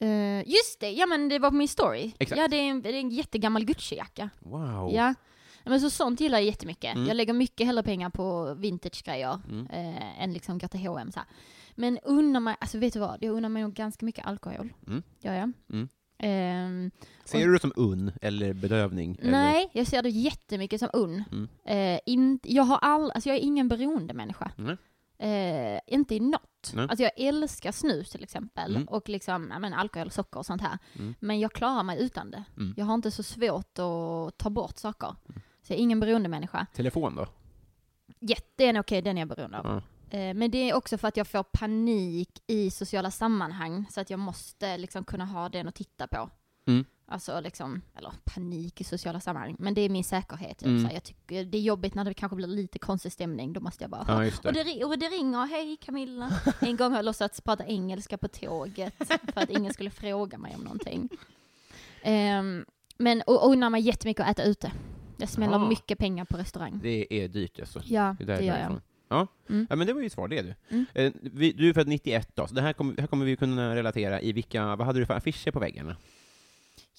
Speaker 2: Eh, just det, ja men det var på min story.
Speaker 1: Exakt.
Speaker 2: Ja, det är en, det är en jättegammal Gucci-jacka.
Speaker 1: Wow.
Speaker 2: Ja. Men så sånt gillar jag jättemycket.
Speaker 1: Oh. Mm.
Speaker 2: Jag lägger mycket hellre pengar på vintage-grejer
Speaker 1: Mm.
Speaker 2: eh, än liksom går till H&M så här. Men unnar mig, alltså vet du vad? Jag unnar mig nog ganska mycket alkohol.
Speaker 1: Mm.
Speaker 2: Gör jag.
Speaker 1: Mm.
Speaker 2: Ehm,
Speaker 1: Ser du det som unn eller bedövning? Eller?
Speaker 2: nej, jag ser det jättemycket som unn.
Speaker 1: Mm.
Speaker 2: Eh, in, jag, har all, alltså jag är ingen beroende människa.
Speaker 1: Nej.
Speaker 2: Eh, inte i något.
Speaker 1: Nej.
Speaker 2: Alltså jag älskar snus till exempel
Speaker 1: Mm.
Speaker 2: och liksom, ja, men alkohol, socker och sånt här.
Speaker 1: Mm.
Speaker 2: Men jag klarar mig utan det.
Speaker 1: Mm.
Speaker 2: Jag har inte så svårt att ta bort saker. Så jag är ingen beroende människa.
Speaker 1: Telefon då?
Speaker 2: Jätten, okej, den är jag beroende av.
Speaker 1: Ja.
Speaker 2: Eh, Men det är också för att jag får panik i sociala sammanhang så att jag måste liksom kunna ha den att titta på.
Speaker 1: Mm.
Speaker 2: Alltså liksom, eller panik i sociala sammanhang, men det är min säkerhet. Typ.
Speaker 1: Mm.
Speaker 2: Så här, jag tycker, det är jobbigt när det kanske blir lite konstig stämning, då måste jag bara
Speaker 1: ja, just
Speaker 2: och
Speaker 1: det.
Speaker 2: det, ri- och det ringer, hej Camilla. En gång har jag låtsats prata engelska på tåget för att ingen skulle fråga mig om någonting. Ehm, men och och unnar mig jättemycket att äta ute. Jag smäller
Speaker 1: Ja.
Speaker 2: mycket pengar på restaurang.
Speaker 1: Det är dyrt alltså.
Speaker 2: Ja,
Speaker 1: där
Speaker 2: det gör jag.
Speaker 1: därifrån. Ja.
Speaker 2: Mm.
Speaker 1: ja, men det var ju ett svar det du.
Speaker 2: Mm.
Speaker 1: Eh, vi, du är född 91 då, så det här, kom, här kommer vi kunna relatera i vilka, vad hade du för affischer på väggarna?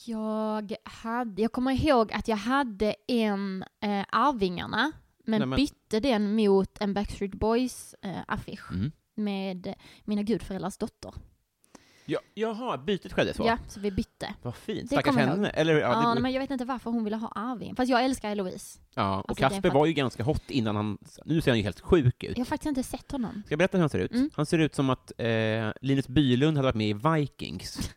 Speaker 2: Jag, hade, jag kommer ihåg att jag hade en eh, Arvingarna, men,
Speaker 1: Nej, men-
Speaker 2: bytte den mot en Backstreet Boys-affisch
Speaker 1: Mm.
Speaker 2: med eh, mina gudföräldrars dotter.
Speaker 1: Ja, jaha, bytet skedde så?
Speaker 2: Ja, så vi bytte.
Speaker 1: Vad fint.
Speaker 2: Det
Speaker 1: Stackars
Speaker 2: kommer jag
Speaker 1: henne. Eller,
Speaker 2: Ja,
Speaker 1: ja, det,
Speaker 2: nej, men jag vet inte varför hon ville ha Arvin. Fast jag älskar Eloise.
Speaker 1: ja, och
Speaker 2: alltså, det är
Speaker 1: Kasper
Speaker 2: fan-
Speaker 1: var ju ganska hot innan han... Nu ser han ju helt sjuk ut.
Speaker 2: Jag har faktiskt inte sett honom.
Speaker 1: Ska jag berätta hur han ser ut?
Speaker 2: Mm.
Speaker 1: Han ser ut som att eh, Linus Bylund hade varit med i Vikings.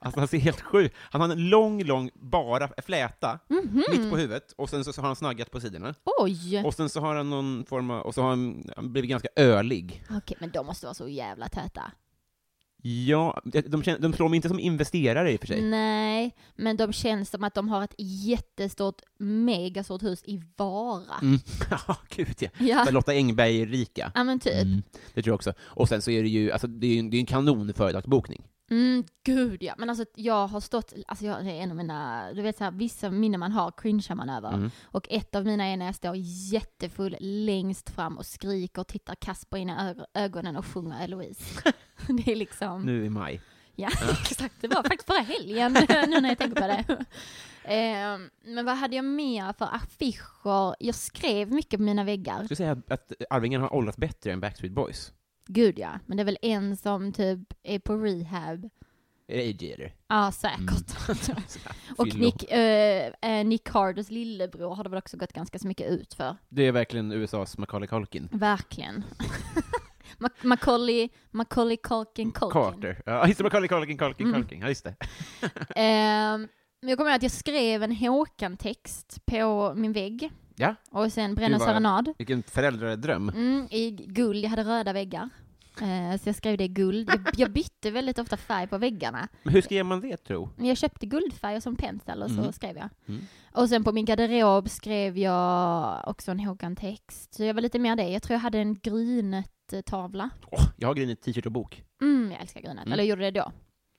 Speaker 1: Alltså han ser helt sjuk Han har en lång, lång bara fläta
Speaker 2: Mhm.
Speaker 1: mitt på huvudet och sen så, så har han snaggat på sidorna.
Speaker 2: Oj!
Speaker 1: Och sen så har han någon form av, och så har han, han blivit ganska ölig.
Speaker 2: Okej, men de måste vara så jävla täta.
Speaker 1: Ja, de, kän- de slår mig inte som investerare i och för
Speaker 2: Mm.
Speaker 1: sig.
Speaker 2: Nej, men de känns som att de har ett jättestort, megastort hus i Vara.
Speaker 1: Mm. Ja, gud ja.
Speaker 2: Ja.
Speaker 1: För Lotta Engberg är rika.
Speaker 2: ja, men Ah. typ.
Speaker 1: Mm, det tror jag också. Och sen så är det ju, alltså det är ju en, det är en kanon företagsbokning.
Speaker 2: Mm, gud ja. Men alltså jag har stått, alltså jag, det är en av mina, du vet så här, vissa minnen man har cringear man över.
Speaker 1: Mm.
Speaker 2: Och ett av mina är när jag står jättefull längst fram och skriker och tittar Kasper in i ög- ögonen och sjunger Eloise. det är liksom...
Speaker 1: Nu i maj.
Speaker 2: Ja, exakt. Det var faktiskt förra helgen, nu när jag tänker på det. Eh, men vad hade jag mer för affischer? Jag skrev mycket på mina väggar.
Speaker 1: Jag skulle säga att Arvingen har åldrats bättre än Backstreet Boys.
Speaker 2: Gud ja, men det är väl en som typ är på rehab.
Speaker 1: Är det AJ eller?
Speaker 2: Ja, säkert.
Speaker 1: Mm.
Speaker 2: Och
Speaker 1: Fyllo.
Speaker 2: Nick, eh, eh, Nick Carters lillebror har det väl också gått ganska så mycket ut för.
Speaker 1: Det är verkligen USAs Macaulay Culkin.
Speaker 2: Verkligen. Mac- Macaulay, Macaulay Culkin
Speaker 1: Mm,
Speaker 2: Culkin.
Speaker 1: Carter. Ja, just det, Macaulay Culkin, Culkin,
Speaker 2: Mm.
Speaker 1: Culkin. Ja, just det.
Speaker 2: Ehm, Men jag kommer ihåg att jag skrev en Håkan-text på min vägg.
Speaker 1: Ja.
Speaker 2: Och sen
Speaker 1: Du
Speaker 2: Bränna
Speaker 1: var-
Speaker 2: serenad.
Speaker 1: Vilken föräldradröm.
Speaker 2: Mm, I guld, jag hade röda väggar. Eh, Så jag skrev det i guld. Jag, jag bytte väldigt ofta färg på väggarna.
Speaker 1: Men hur skrev man det, tro?
Speaker 2: Men Jag köpte guldfärger som pensel och så
Speaker 1: Mm.
Speaker 2: skrev jag.
Speaker 1: Mm.
Speaker 2: Och sen på min garderob skrev jag också en Håkan-text. Så jag var lite mer det. Jag tror jag hade en Grynet-tavla.
Speaker 1: Åh, jag har Grynet t-shirt och bok.
Speaker 2: Mm, jag älskar Grynet.
Speaker 1: Mm.
Speaker 2: Eller jag gjorde det då.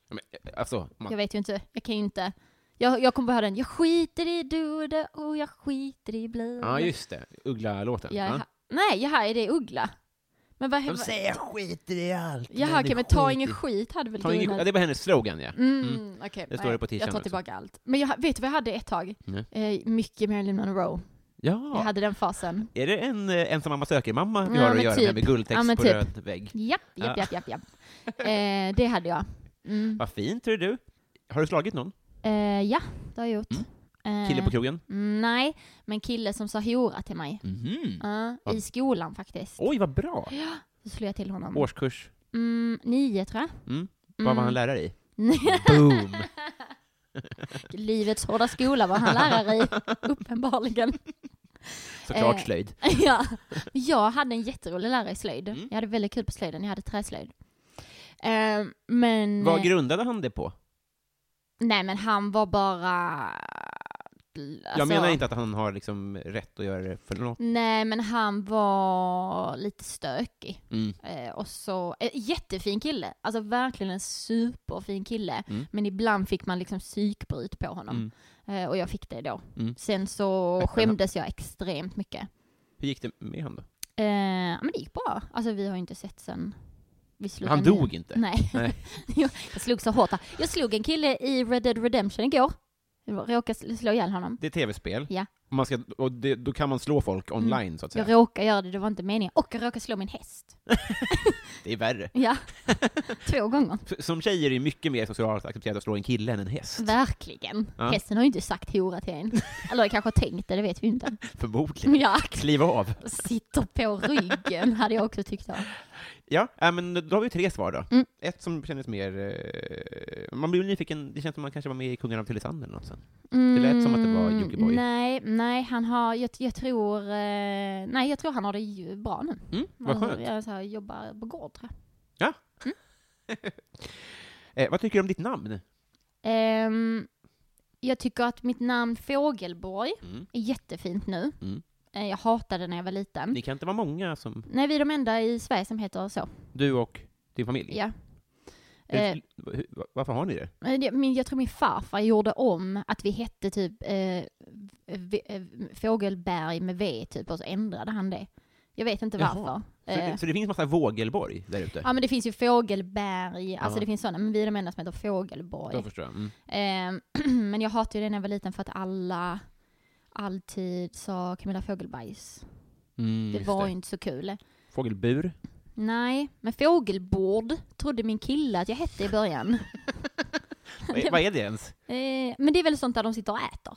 Speaker 1: Men, alltså, man,
Speaker 2: Jag vet ju inte. Jag kan ju inte. Jag, jag kommer bara ha den. Jag skiter i Dude och jag skiter i Blue.
Speaker 1: ja, just det. Uggla-låten.
Speaker 2: Jag är
Speaker 1: Ja.
Speaker 2: ha- Nej, jag är det är Uggla. Men vad...
Speaker 1: De säger skit i allt.
Speaker 2: Jaha,
Speaker 1: men
Speaker 2: okej,
Speaker 1: det
Speaker 2: men ta
Speaker 1: skiter-
Speaker 2: ingen skit hade väl
Speaker 1: Ta ingen,
Speaker 2: Grynet.
Speaker 1: ja, det var hennes slogan, ja.
Speaker 2: Mm,
Speaker 1: Mm.
Speaker 2: okej.
Speaker 1: Det står
Speaker 2: Nej,
Speaker 1: det på t-shirten
Speaker 2: Jag tar
Speaker 1: också.
Speaker 2: tillbaka allt. Men jag, vet du vad jag hade ett tag?
Speaker 1: Nej.
Speaker 2: Eh, mycket Marilyn Monroe. Jag
Speaker 1: Ja.
Speaker 2: hade den fasen.
Speaker 1: Är det en eh, ensamma söker-mamma vi
Speaker 2: Ja,
Speaker 1: har att
Speaker 2: men
Speaker 1: göra
Speaker 2: typ.
Speaker 1: med, med guldtext
Speaker 2: Ja, men
Speaker 1: på
Speaker 2: typ.
Speaker 1: röd vägg?
Speaker 2: Japp, japp,
Speaker 1: Ja.
Speaker 2: japp, japp, japp. Eh, det hade jag. Mm.
Speaker 1: Vad fint, hör du. Har du slagit någon?
Speaker 2: Eh, ja, det har jag gjort. Eh,
Speaker 1: Mm. Kille på krogen?
Speaker 2: Nej, men kille som sa hora till mig.
Speaker 1: Mhm.
Speaker 2: Ja, I skolan faktiskt.
Speaker 1: Oj, vad bra!
Speaker 2: Så slog jag till honom.
Speaker 1: Årskurs.
Speaker 2: Mm, nio tror jag.
Speaker 1: Mm. Vad
Speaker 2: Mm.
Speaker 1: var han lärare i?
Speaker 2: Nej,
Speaker 1: Boom!
Speaker 2: Livets hårda skola var han lärare i, uppenbarligen.
Speaker 1: Såklart
Speaker 2: Eh.
Speaker 1: slöjd.
Speaker 2: ja. Jag hade en jätterolig lärare i slöjd.
Speaker 1: Mm.
Speaker 2: Jag hade väldigt kul på slöjden, jag hade träslöjd. Eh, men,
Speaker 1: Vad grundade han det på?
Speaker 2: nej men han var bara... alltså-
Speaker 1: Jag menar inte att han har liksom rätt att göra det för något.
Speaker 2: Nej men han var lite stökig.
Speaker 1: Mm.
Speaker 2: Eh, och så, eh, jättefin kille, alltså verkligen en superfin kille.
Speaker 1: Mm.
Speaker 2: Men ibland fick man liksom psykbryt på honom.
Speaker 1: Mm.
Speaker 2: Eh, och jag fick det då.
Speaker 1: Mm.
Speaker 2: Sen så
Speaker 1: Öppen-
Speaker 2: skämdes jag extremt mycket.
Speaker 1: Hur gick det med honom
Speaker 2: Eh, men det gick bra. Alltså vi har ju inte sett sen vi
Speaker 1: då?
Speaker 2: slog
Speaker 1: Han
Speaker 2: en-
Speaker 1: dog inte?
Speaker 2: Nej.
Speaker 1: Nej.
Speaker 2: jag jag slog så hårt. här. Jag slog en kille i Red Dead Redemption igår. Jag råkade sl- slå ihjäl honom.
Speaker 1: Det är tv-spel.
Speaker 2: Ja. Mm.
Speaker 1: Man ska, och det, då kan man slå folk online, så att säga.
Speaker 2: Jag råkade göra det, det var inte meningen. Och jag råkade slå min häst.
Speaker 1: Det är värre.
Speaker 2: Ja. Två gånger.
Speaker 1: S- Som tjejer är det mycket mer socialt accepterat att slå en kille än en häst.
Speaker 2: Verkligen.
Speaker 1: Ja.
Speaker 2: Hästen har ju inte sagt hora till en. Eller jag kanske har tänkt det, det vet vi ju inte.
Speaker 1: Förmodligen.
Speaker 2: Ja,
Speaker 1: Kliva av.
Speaker 2: sitter på ryggen hade jag också tyckt om.
Speaker 1: Ja, äh, men då har vi tre svar då.
Speaker 2: Mm.
Speaker 1: Ett som kändes mer... Eh, man blir nyfiken, det känns som man kanske var med i Kungarna av Tylösand eller något sen.
Speaker 2: Mm,
Speaker 1: lät som att det var Jockiboi.
Speaker 2: Nej, nej, han har, jag, jag tror, eh, nej jag tror han har det ju bra nu.
Speaker 1: Mm, vad
Speaker 2: Alltså,
Speaker 1: skönt.
Speaker 2: Jag så här, jobbar på gård tror jag.
Speaker 1: Eh, vad tycker du om ditt namn?
Speaker 2: Ehm, jag tycker att mitt namn Fågelborg
Speaker 1: Mm.
Speaker 2: är jättefint nu.
Speaker 1: Mm.
Speaker 2: Eh, jag hatade när jag var liten.
Speaker 1: Ni kan inte vara många som...
Speaker 2: Nej, vi är de enda i Sverige som heter så.
Speaker 1: Du och din familj?
Speaker 2: Ja.
Speaker 1: Hur,
Speaker 2: Eh,
Speaker 1: hur, varför har ni det?
Speaker 2: men det- min- jag tror min farfar gjorde om att vi hette typ eh, v, eh, Fågelberg med V typ och så ändrade han det. Jag vet inte
Speaker 1: Jaha.
Speaker 2: varför.
Speaker 1: Så, det- så det finns massa Vågelborg där ute?
Speaker 2: Eh. Ja men det finns ju Fågelberg, alltså
Speaker 1: Ja.
Speaker 2: det finns sådana, men vi är de enda som heter Fågelborg.
Speaker 1: Då förstår jag. Mm.
Speaker 2: Ehm, men jag hatade ju det när jag var liten för att alla alltid sa Camilla Fågelbajs.
Speaker 1: Mm,
Speaker 2: Det
Speaker 1: just
Speaker 2: var ju inte så kul.
Speaker 1: Fågelbur?
Speaker 2: Nej, men fågelbord trodde min kille att jag hette i början.
Speaker 1: Vad är, vad är det ens?
Speaker 2: Eh, men det är väl sånt där de sitter och äter?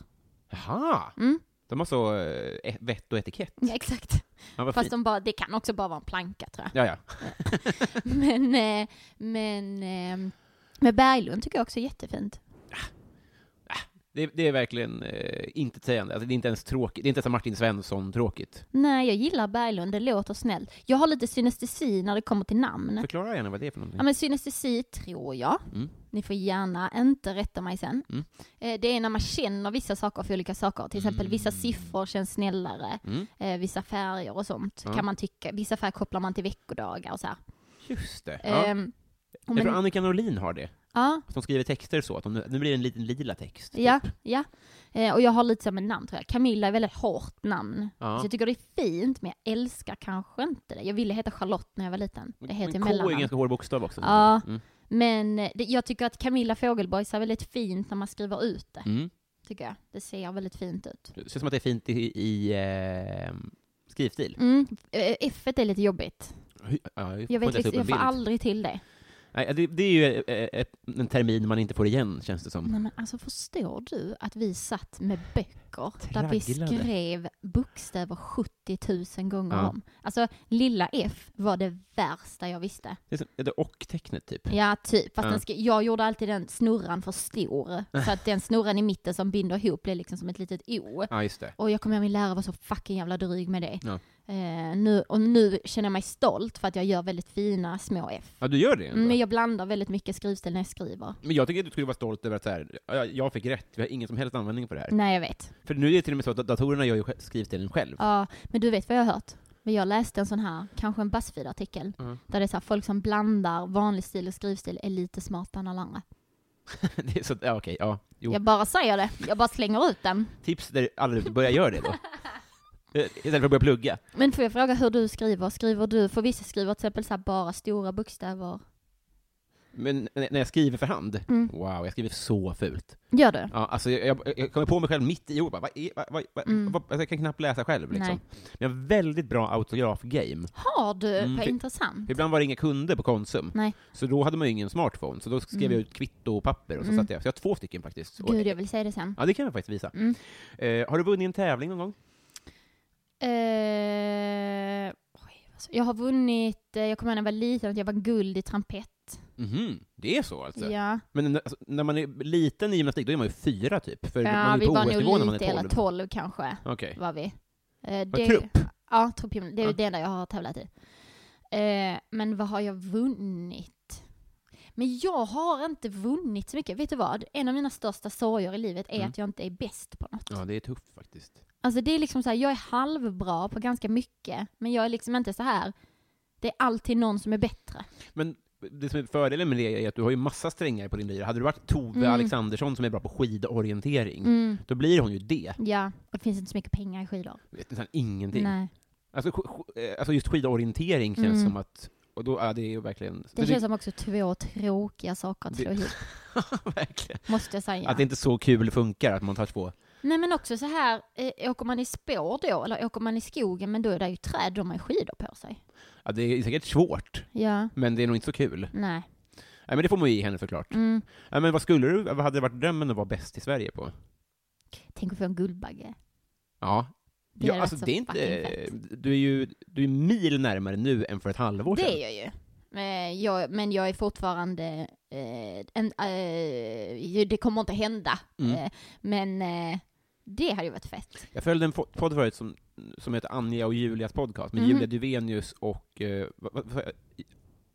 Speaker 1: Jaha!
Speaker 2: Mm.
Speaker 1: De har så eh, vett och etikett.
Speaker 2: Ja, exakt.
Speaker 1: Ja, vad
Speaker 2: Fast
Speaker 1: fint.
Speaker 2: de bara, det kan också bara vara en planka tror jag.
Speaker 1: Ja, ja.
Speaker 2: Men, eh, ehm, men, eh, men Berglund tycker jag också är jättefint.
Speaker 1: Det, det är verkligen eh, inte sägande. Alltså, det är inte ens tråkigt. Det är inte ens Martin Svensson-tråkigt.
Speaker 2: Nej, jag gillar Berglund, det låter snällt. Jag har lite synestesi när det kommer till namn.
Speaker 1: Förklara gärna vad det är för någonting.
Speaker 2: Ja men synestesi tror jag.
Speaker 1: Mm.
Speaker 2: Ni får gärna inte rätta mig sen.
Speaker 1: Mm.
Speaker 2: Eh, det är när man känner vissa saker för olika saker. Till exempel vissa siffror känns snällare.
Speaker 1: Mm.
Speaker 2: Eh, vissa färger och sånt
Speaker 1: Ja.
Speaker 2: kan man tycka. Vissa färger kopplar man till veckodagar och så här.
Speaker 1: Just det. Ja.
Speaker 2: Ehm, och
Speaker 1: Jag tror
Speaker 2: men,
Speaker 1: Annika Norlin har det.
Speaker 2: ja,
Speaker 1: Att de skriver texter så. Att de, nu blir det en liten lila text. typ.
Speaker 2: ja, ja. Eh, och jag har lite som en namn tror jag. Camilla är väldigt hårt namn.
Speaker 1: Ja.
Speaker 2: Så jag tycker det är fint, men jag älskar kanske inte det. Jag ville heta Charlotte när jag var liten. Det heter ju
Speaker 1: Men K är en
Speaker 2: mellannamn.
Speaker 1: ganska hård bokstav också.
Speaker 2: Ja.
Speaker 1: Mm.
Speaker 2: Men eh, det, jag tycker att Camilla Fogelborgs är väldigt fint när man skriver ut det.
Speaker 1: Mm.
Speaker 2: tycker jag. Det ser väldigt fint ut.
Speaker 1: Det känns som att det är fint i, i eh, skrivstil.
Speaker 2: Mm. eh, F är lite jobbigt.
Speaker 1: Ja, jag får
Speaker 2: Jag,
Speaker 1: inte
Speaker 2: vet,
Speaker 1: ens
Speaker 2: liksom,
Speaker 1: upp en
Speaker 2: jag får
Speaker 1: bild.
Speaker 2: aldrig till det.
Speaker 1: Nej, det, det är ju eh, ett, en termin man inte får igen, känns det som.
Speaker 2: Nej, men alltså förstår du att vi satt med böcker där vi
Speaker 1: Tragglade.
Speaker 2: skrev bokstäver 70 000 gånger
Speaker 1: Ja.
Speaker 2: om? Alltså lilla F var det värsta jag visste.
Speaker 1: Det är som, det är och-tecknet, typ.
Speaker 2: Ja, typ. Fast
Speaker 1: Ja.
Speaker 2: den ska, jag gjorde alltid den snurran för stor. Så att den snurran i mitten som binder ihop blev liksom som ett litet O.
Speaker 1: Ja, just det.
Speaker 2: Och jag kommer ihåg min lärare var så fucking jävla dryg med det.
Speaker 1: Ja.
Speaker 2: Eh, nu, och nu känner jag mig stolt för att jag gör väldigt fina små F.
Speaker 1: Ja, du gör det ändå.
Speaker 2: Men jag blandar väldigt mycket skrivstil när jag skriver.
Speaker 1: Men jag tycker att du skulle vara stolt över att så här, ja, jag fick rätt, vi har ingen som helst användning för det här.
Speaker 2: Nej, jag vet.
Speaker 1: För nu är det till och med så att dat- datorerna gör ju sj- skrivstilen själv.
Speaker 2: Ja, men du vet vad jag har hört? Men jag läste en sån här, kanske en Buzzfeed-artikel,
Speaker 1: Mm.
Speaker 2: där det är så här, folk som blandar vanlig stil och skrivstil är lite smartare än alla andra.
Speaker 1: det är så, ja, okej, ja. Jo.
Speaker 2: Jag bara säger det, jag bara slänger ut den.
Speaker 1: Tips där alla ute, börja göra det då. Eh, Istället för att börja plugga.
Speaker 2: Men får jag fråga hur du skriver? Skriver du, för vissa skriver till exempel så här bara stora bokstäver.
Speaker 1: Men n- när jag skriver för hand,
Speaker 2: Mm.
Speaker 1: wow, jag skriver så fult.
Speaker 2: Gör du?
Speaker 1: Ja, alltså, jag, jag, jag kommer på mig själv mitt i ordet, bara, vad är- vad, vad, vad,
Speaker 2: Mm.
Speaker 1: vad, alltså, jag kan knappt läsa själv liksom.
Speaker 2: Nej.
Speaker 1: Men jag har väldigt bra autografgame.
Speaker 2: Har du?
Speaker 1: Mm,
Speaker 2: vad
Speaker 1: för-
Speaker 2: intressant.
Speaker 1: För Ibland var det inga kunder på Konsum,
Speaker 2: Nej.
Speaker 1: så då hade man ju ingen smartphone, så då skrev
Speaker 2: Mm.
Speaker 1: jag ut kvitto och papper, och så
Speaker 2: Mm.
Speaker 1: satte jag, så jag har två stycken faktiskt. Och-
Speaker 2: Gud, jag vill säga det sen.
Speaker 1: Ja, det kan jag faktiskt visa.
Speaker 2: Mm.
Speaker 1: Eh, har du vunnit en tävling någon gång?
Speaker 2: Eh, oj, alltså, jag har vunnit, eh, jag kommer ihåg när jag var liten att jag vann guld i trampett.
Speaker 1: Mhm, det är så alltså?
Speaker 2: Ja,
Speaker 1: Men alltså, när man är liten i gymnastik, då är man ju fyra typ, för man
Speaker 2: ja
Speaker 1: är ju
Speaker 2: vi
Speaker 1: på
Speaker 2: var
Speaker 1: OS-nivå när
Speaker 2: nog
Speaker 1: man är
Speaker 2: lite, eller
Speaker 1: tolv.
Speaker 2: tolv kanske
Speaker 1: Okej.
Speaker 2: var vi. Eh,
Speaker 1: Var Trupp?
Speaker 2: Ja, truppgymnastik. Det är
Speaker 1: Ja.
Speaker 2: det enda jag har tävlat i. Eh, men vad har jag vunnit? Men jag har inte vunnit så mycket. Vet du vad? En av mina största sorger i livet är
Speaker 1: Mm.
Speaker 2: att jag inte är bäst på något.
Speaker 1: Ja, det är tufft faktiskt.
Speaker 2: Alltså det är liksom så här, jag är halvbra på ganska mycket, men jag är liksom inte så här. Det är alltid någon som är bättre.
Speaker 1: Men det som är fördelen med det är att du har ju massa strängar på din lyra. Hade du varit Tove
Speaker 2: Mm.
Speaker 1: Alexandersson som är bra på skidorientering,
Speaker 2: Mm.
Speaker 1: då blir hon ju det.
Speaker 2: Ja, och det finns inte så mycket pengar i skidor.
Speaker 1: Nästan ingenting.
Speaker 2: Nej.
Speaker 1: Alltså, sk- sk- eh, alltså just skidorientering känns
Speaker 2: Mm.
Speaker 1: som att, och då, ja, det är ju verkligen...
Speaker 2: Det känns som också två tråkiga saker att slå
Speaker 1: Det-
Speaker 2: ihop,
Speaker 1: verkligen.
Speaker 2: måste jag säga.
Speaker 1: Att det inte så kul funkar, att man tar två.
Speaker 2: Nej men också så här, eh, åker man i spår då, eller åker man i skogen, men då är det ju träd, de har ju skidor på sig.
Speaker 1: Ja, det är säkert svårt,
Speaker 2: Ja,
Speaker 1: men det är nog inte så kul.
Speaker 2: nej.
Speaker 1: Nej, men det får man ju ge henne såklart.
Speaker 2: Mm.
Speaker 1: Nej, men vad skulle du, vad hade det varit drömmen att vara bäst i Sverige på?
Speaker 2: Tänk att få en Guldbagge.
Speaker 1: Ja.
Speaker 2: Det
Speaker 1: ja,
Speaker 2: är
Speaker 1: alltså
Speaker 2: rätt så
Speaker 1: det är inte,
Speaker 2: fucking
Speaker 1: eh,
Speaker 2: fett.
Speaker 1: du är ju du är mil närmare nu än för ett halvår sedan.
Speaker 2: Det är jag ju. Eh, jag, men jag är fortfarande, eh, en, eh, ju- det kommer inte hända.
Speaker 1: Mm.
Speaker 2: Eh, men eh, det hade ju varit fett.
Speaker 1: Jag följde en fo- podd förut som, som heter Anja och Julias podcast, med
Speaker 2: Mhm.
Speaker 1: Julia Duvenius och eh, vad- vad- vad-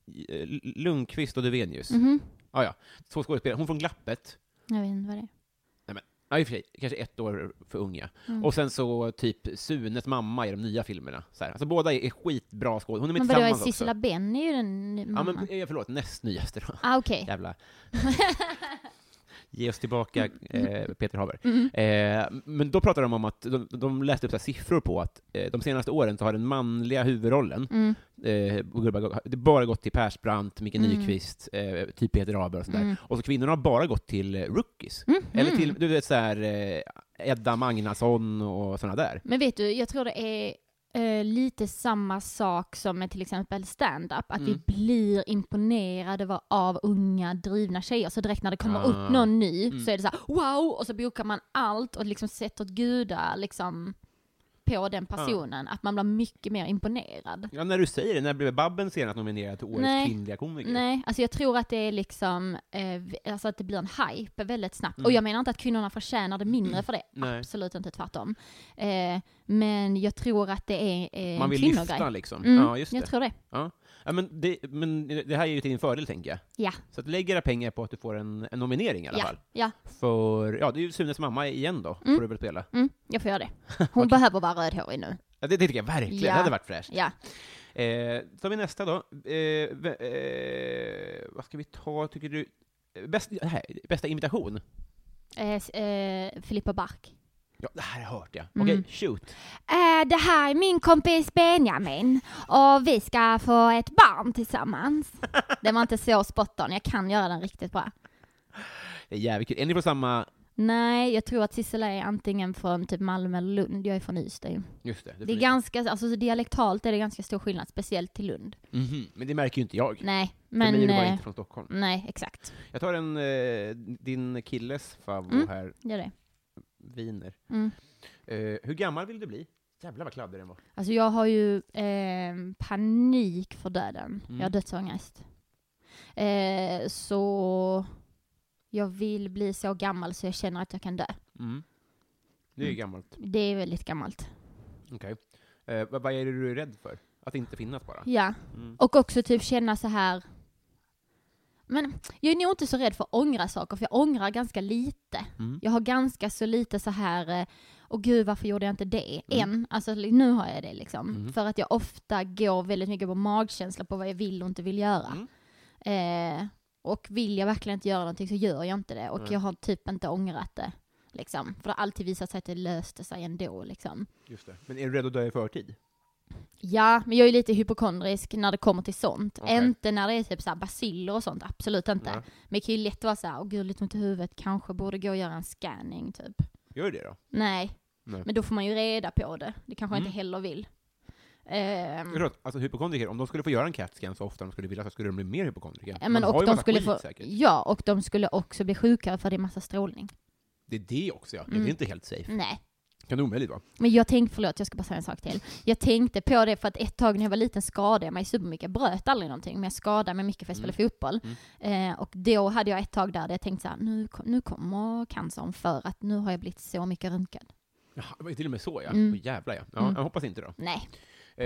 Speaker 1: i- eh, Lundqvist och Duvenius.
Speaker 2: Mhm.
Speaker 1: Ah, ja. Två skådespelare, hon från Glappet,
Speaker 2: Jag vet inte vad det är.
Speaker 1: ja, i och för sig, kanske ett år för unga.
Speaker 2: Mm.
Speaker 1: Och sen så typ Sunes mamma i de nya filmerna. Så här. Alltså båda är, är skitbra skådespelare. Hon är med
Speaker 2: Men vadå, är
Speaker 1: tillsammans också.
Speaker 2: Sissela Benn är ju den
Speaker 1: Ja,
Speaker 2: mamman.
Speaker 1: men, eh, förlåt, näst nyaste då.
Speaker 2: ah, okej.
Speaker 1: Jävla... Ge oss tillbaka eh, Peter Haber.
Speaker 2: Mm.
Speaker 1: Eh, men då pratade de om att, de, de läste upp så här siffror på att eh, de senaste åren så har den manliga huvudrollen,
Speaker 2: Mm.
Speaker 1: eh, på Guldbagge- det bara gått till Persbrandt, Micke
Speaker 2: Mm.
Speaker 1: Nyqvist, eh, typ Peter Haber och sådär.
Speaker 2: Mm.
Speaker 1: Och så kvinnorna har bara gått till eh, rookies.
Speaker 2: Mhm.
Speaker 1: Eller till, du vet såhär, eh, Edda Magnusson och sådana där.
Speaker 2: Men vet du, jag tror det är eh, lite samma sak som med till exempel stand-up. Att
Speaker 1: Mm.
Speaker 2: vi blir imponerade va- av unga drivna tjejer. Så direkt när det kommer
Speaker 1: Ah.
Speaker 2: upp någon ny
Speaker 1: Mm.
Speaker 2: så är det så här, wow! Och så bokar man allt och liksom sätter åt gudar liksom. på den
Speaker 1: Ah.
Speaker 2: personen, att man blir mycket mer imponerad.
Speaker 1: Ja, när du säger det, när blev Babben senast nominerad till Årets
Speaker 2: Nej.
Speaker 1: kvinnliga komiker?
Speaker 2: Nej, alltså jag tror att det är liksom, eh, vi- alltså att det blir en hype väldigt snabbt.
Speaker 1: Mm.
Speaker 2: Och jag menar inte att kvinnorna förtjänar det mindre för det,
Speaker 1: Nej.
Speaker 2: absolut inte tvärtom. Eh, men jag tror att det är eh,
Speaker 1: Man
Speaker 2: en
Speaker 1: vill
Speaker 2: kvinnogrej.
Speaker 1: lyfta liksom.
Speaker 2: Mm,
Speaker 1: Ja, just det.
Speaker 2: jag tror det.
Speaker 1: Ja, men, det. Men det här är ju till din fördel, tänker jag.
Speaker 2: Ja.
Speaker 1: Så att lägg era pengar på att du får en, en nominering i alla
Speaker 2: Ja,
Speaker 1: fall.
Speaker 2: ja.
Speaker 1: För, ja, det är ju Sunes mamma igen då,
Speaker 2: Mm.
Speaker 1: får du väl spela.
Speaker 2: Mm, jag får göra det. Hon behöver vara rödhårig nu.
Speaker 1: Ja, det, det tycker jag verkligen,
Speaker 2: Ja.
Speaker 1: det hade varit fräscht.
Speaker 2: Ja.
Speaker 1: Eh, tar vi nästa då. Eh, v- eh, vad ska vi ta, tycker du? Bäst, det här, bästa imitation?
Speaker 2: Eh, s- eh, Filippa Bark.
Speaker 1: Ja, det här har jag hört, ja.
Speaker 2: Mm.
Speaker 1: Okej, shoot.
Speaker 2: Eh, det här är min kompis Benjamin och vi ska få ett barn tillsammans. Det var inte så spot on, jag kan göra den riktigt bra.
Speaker 1: Det är jävligt kul. Är ni från samma...
Speaker 2: Nej, jag tror att Sissela är antingen från typ Malmö eller Lund, jag är från Ystad ju.
Speaker 1: Just det. det
Speaker 2: Det är ganska, alltså så dialektalt är det ganska stor skillnad, speciellt till Lund.
Speaker 1: Mhm, Men det märker ju inte jag.
Speaker 2: Nej,
Speaker 1: Men,
Speaker 2: men...
Speaker 1: För mig är det bara
Speaker 2: eh,
Speaker 1: inte från Stockholm.
Speaker 2: nej, exakt.
Speaker 1: Jag tar en, eh, din killes favvo
Speaker 2: Mm.
Speaker 1: här,
Speaker 2: Gör det.
Speaker 1: Wiener.
Speaker 2: Mm.
Speaker 1: Eh, hur gammal vill du bli? Jävlar vad kladdig den var.
Speaker 2: Alltså jag har ju eh, panik för döden.
Speaker 1: Mm.
Speaker 2: Jag har dödsångest. Eh, så jag vill bli så gammal så jag känner att jag kan dö.
Speaker 1: Mm. Det
Speaker 2: Mm.
Speaker 1: är ju gammalt.
Speaker 2: Det är väldigt gammalt.
Speaker 1: Okej. Eh, vad, vad är det du är rädd för? Att inte finnas bara?
Speaker 2: Ja.
Speaker 1: Mm.
Speaker 2: Och också typ känna så här. Men jag är nog inte så rädd för att ångra saker, för jag ångrar ganska lite.
Speaker 1: Mm.
Speaker 2: Jag har ganska så lite så här, eh, åh gud varför gjorde jag inte det?
Speaker 1: Mm.
Speaker 2: Än. Alltså li- nu har jag det liksom.
Speaker 1: Mm.
Speaker 2: För att jag ofta går väldigt mycket på magkänsla på vad jag vill och inte vill göra.
Speaker 1: Mm.
Speaker 2: Eh, och vill jag verkligen inte göra någonting så gör jag inte det. Och
Speaker 1: Nej.
Speaker 2: jag har typ inte ångrat det. Liksom. För det har alltid visat sig att det löste sig ändå. Liksom.
Speaker 1: Just det. Men är du rädd att dö i förtid?
Speaker 2: Ja, men jag är lite hypokondrisk när det kommer till sånt.
Speaker 1: Okej.
Speaker 2: Inte när det är typ så här baciller och sånt, absolut inte.
Speaker 1: Nej.
Speaker 2: Men det kan ju lätt vara så här, åh gud, lite ont i huvudet, kanske borde gå och göra en scanning typ.
Speaker 1: Gör du det då?
Speaker 2: Nej.
Speaker 1: Nej.
Speaker 2: men då får man ju reda på det. Det kanske jag
Speaker 1: Mm.
Speaker 2: inte heller vill.
Speaker 1: Jag
Speaker 2: Ehm,
Speaker 1: tror att, alltså hypokondriker, om de skulle få göra en CAT-scan så ofta de skulle vilja så skulle de bli mer hypokondriker.
Speaker 2: ja, men
Speaker 1: de har
Speaker 2: och
Speaker 1: ju
Speaker 2: de
Speaker 1: massa
Speaker 2: skulle
Speaker 1: skit
Speaker 2: få,
Speaker 1: säkert.
Speaker 2: ja, och de skulle också bli sjukare för det är massa strålning.
Speaker 1: Det är det också ja. Ja, Det
Speaker 2: Mm.
Speaker 1: är inte helt safe.
Speaker 2: Nej.
Speaker 1: Kan det omöjligt vara?
Speaker 2: Men jag tänkte, förlåt jag ska bara säga en sak till. Jag tänkte på det för att ett tag när jag var liten skadade jag mig supermycket. Jag bröt aldrig någonting men jag skadade mig mycket för att jag
Speaker 1: Mm.
Speaker 2: spelade fotboll. Eh, och då hade jag ett tag där, där jag tänkte så här, nu, kom- nu kommer cancern för att nu har jag blivit så mycket röntgad.
Speaker 1: Jaha, det var ju till och med så ja.
Speaker 2: Mm.
Speaker 1: Åh, jävlar ja. ja
Speaker 2: Mm.
Speaker 1: Jag hoppas inte då.
Speaker 2: Nej.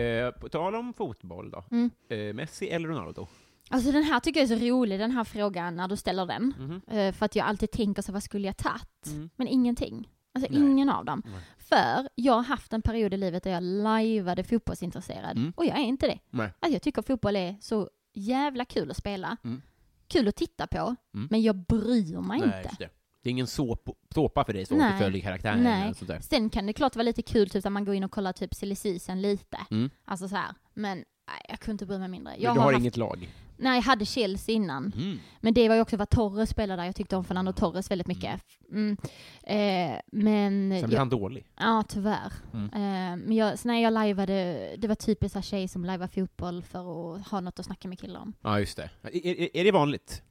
Speaker 1: Eh, på tal om fotboll då.
Speaker 2: Mm.
Speaker 1: Eh, Messi eller Ronaldo?
Speaker 2: Alltså den här tycker jag är så rolig, den här frågan när du ställer den.
Speaker 1: Mhm.
Speaker 2: Eh, för att jag alltid tänker så, vad skulle jag tagit?
Speaker 1: Mm.
Speaker 2: Men ingenting. Alltså
Speaker 1: Nej.
Speaker 2: ingen av dem.
Speaker 1: Nej.
Speaker 2: För jag har haft en period i livet där jag lajvade fotbollsintresserad.
Speaker 1: Mm.
Speaker 2: Och jag är inte det.
Speaker 1: Nej.
Speaker 2: Alltså jag tycker fotboll är så jävla kul att spela.
Speaker 1: Mm.
Speaker 2: Kul att titta på.
Speaker 1: Mm.
Speaker 2: Men jag bryr mig
Speaker 1: Nej,
Speaker 2: inte.
Speaker 1: just det. det är ingen såp, såpa för dig som
Speaker 2: Nej.
Speaker 1: inte följer karaktären.
Speaker 2: Nej.
Speaker 1: eller sånt där.
Speaker 2: Sen kan det klart vara lite kul typ att man går in och kollar typ silly season lite.
Speaker 1: Mm.
Speaker 2: Alltså så här. Men nej, jag kunde inte bry mig mindre.
Speaker 1: Men du har,
Speaker 2: haft-
Speaker 1: inget lag?
Speaker 2: Nej, jag hade Chelsea innan.
Speaker 1: Mm.
Speaker 2: Men det var ju också vad Torres spelade där. Jag tyckte om Fernando Torres väldigt mycket. Mm. Eh, men...
Speaker 1: Sen
Speaker 2: jag-
Speaker 1: blir han dålig.
Speaker 2: Ja, tyvärr.
Speaker 1: Mm.
Speaker 2: Eh, men jag, så när jag lajvade, det var typiskt så här tjej som lajvar fotboll för att ha något att snacka med killar om.
Speaker 1: Ja, just det. Är, är, är det vanligt?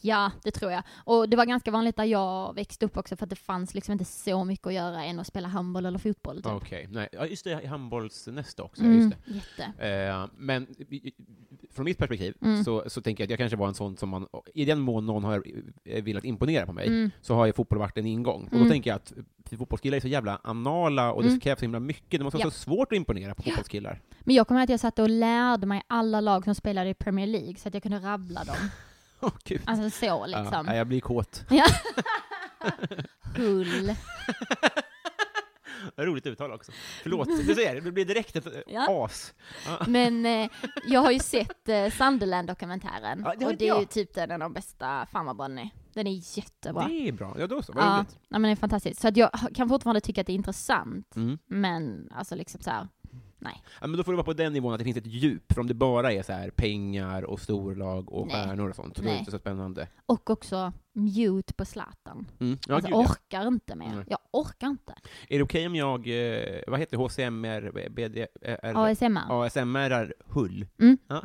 Speaker 2: Ja, det tror jag. Och det var ganska vanligt där jag växte upp också för att det fanns liksom inte så mycket att göra än att spela handboll eller fotboll. Typ.
Speaker 1: Okej. Nej. Ja, just det, i handbollsnästa också. ja,
Speaker 2: Mm,
Speaker 1: Just det.
Speaker 2: jätte.
Speaker 1: Eh, men i- i- från mitt perspektiv
Speaker 2: Mm.
Speaker 1: så, så tänker jag att jag kanske var en sån som man, i den mån någon har eh, velat imponera på mig,
Speaker 2: Mm.
Speaker 1: så har ju fotboll varit en ingång. Och då
Speaker 2: Mm.
Speaker 1: tänker jag att fotbollskillar är så jävla anala och det
Speaker 2: Mm.
Speaker 1: krävs så himla mycket. Det måste vara
Speaker 2: Ja.
Speaker 1: så svårt att imponera på
Speaker 2: Ja.
Speaker 1: fotbollskillar.
Speaker 2: Men jag kommer ihåg att jag satt och lärde mig alla lag som spelade i Premier League så att jag kunde rabbla dem.
Speaker 1: Åh, gud.
Speaker 2: Alltså så
Speaker 1: Ja, nej,
Speaker 2: liksom.
Speaker 1: jag blir kåt.
Speaker 2: Hull.
Speaker 1: Roligt uttal också. Förlåt, du ser, det blir direkt ett eh,
Speaker 2: Ja.
Speaker 1: as.
Speaker 2: Men eh, jag har ju sett eh, Sunderland-dokumentären.
Speaker 1: Ja, det har
Speaker 2: och
Speaker 1: inte
Speaker 2: det är ju
Speaker 1: jag.
Speaker 2: typ den av de bästa. Fan vad bra den är. Den är jättebra.
Speaker 1: Det är bra. Ja, då så. Vad
Speaker 2: ja,
Speaker 1: roligt.
Speaker 2: ja, men det är fantastiskt. Så att jag kan fortfarande tycka att det är intressant.
Speaker 1: Mm.
Speaker 2: Men alltså liksom så här.
Speaker 1: Ja, men då får det vara på den nivån att det finns ett djup, för om det bara är så här pengar och storlag och
Speaker 2: Nej.
Speaker 1: stjärnor och sånt, så då är det
Speaker 2: Nej.
Speaker 1: inte så spännande.
Speaker 2: Och också mute på Zlatan.
Speaker 1: Mm. Ja,
Speaker 2: alltså
Speaker 1: gud, ja.
Speaker 2: orkar inte mer.
Speaker 1: Nej.
Speaker 2: Jag orkar inte.
Speaker 1: Är det okej om jag, eh, vad heter det, HCMR, BD, eh,
Speaker 2: ASMR.
Speaker 1: ASMR Hull?
Speaker 2: Mm.
Speaker 1: Ja.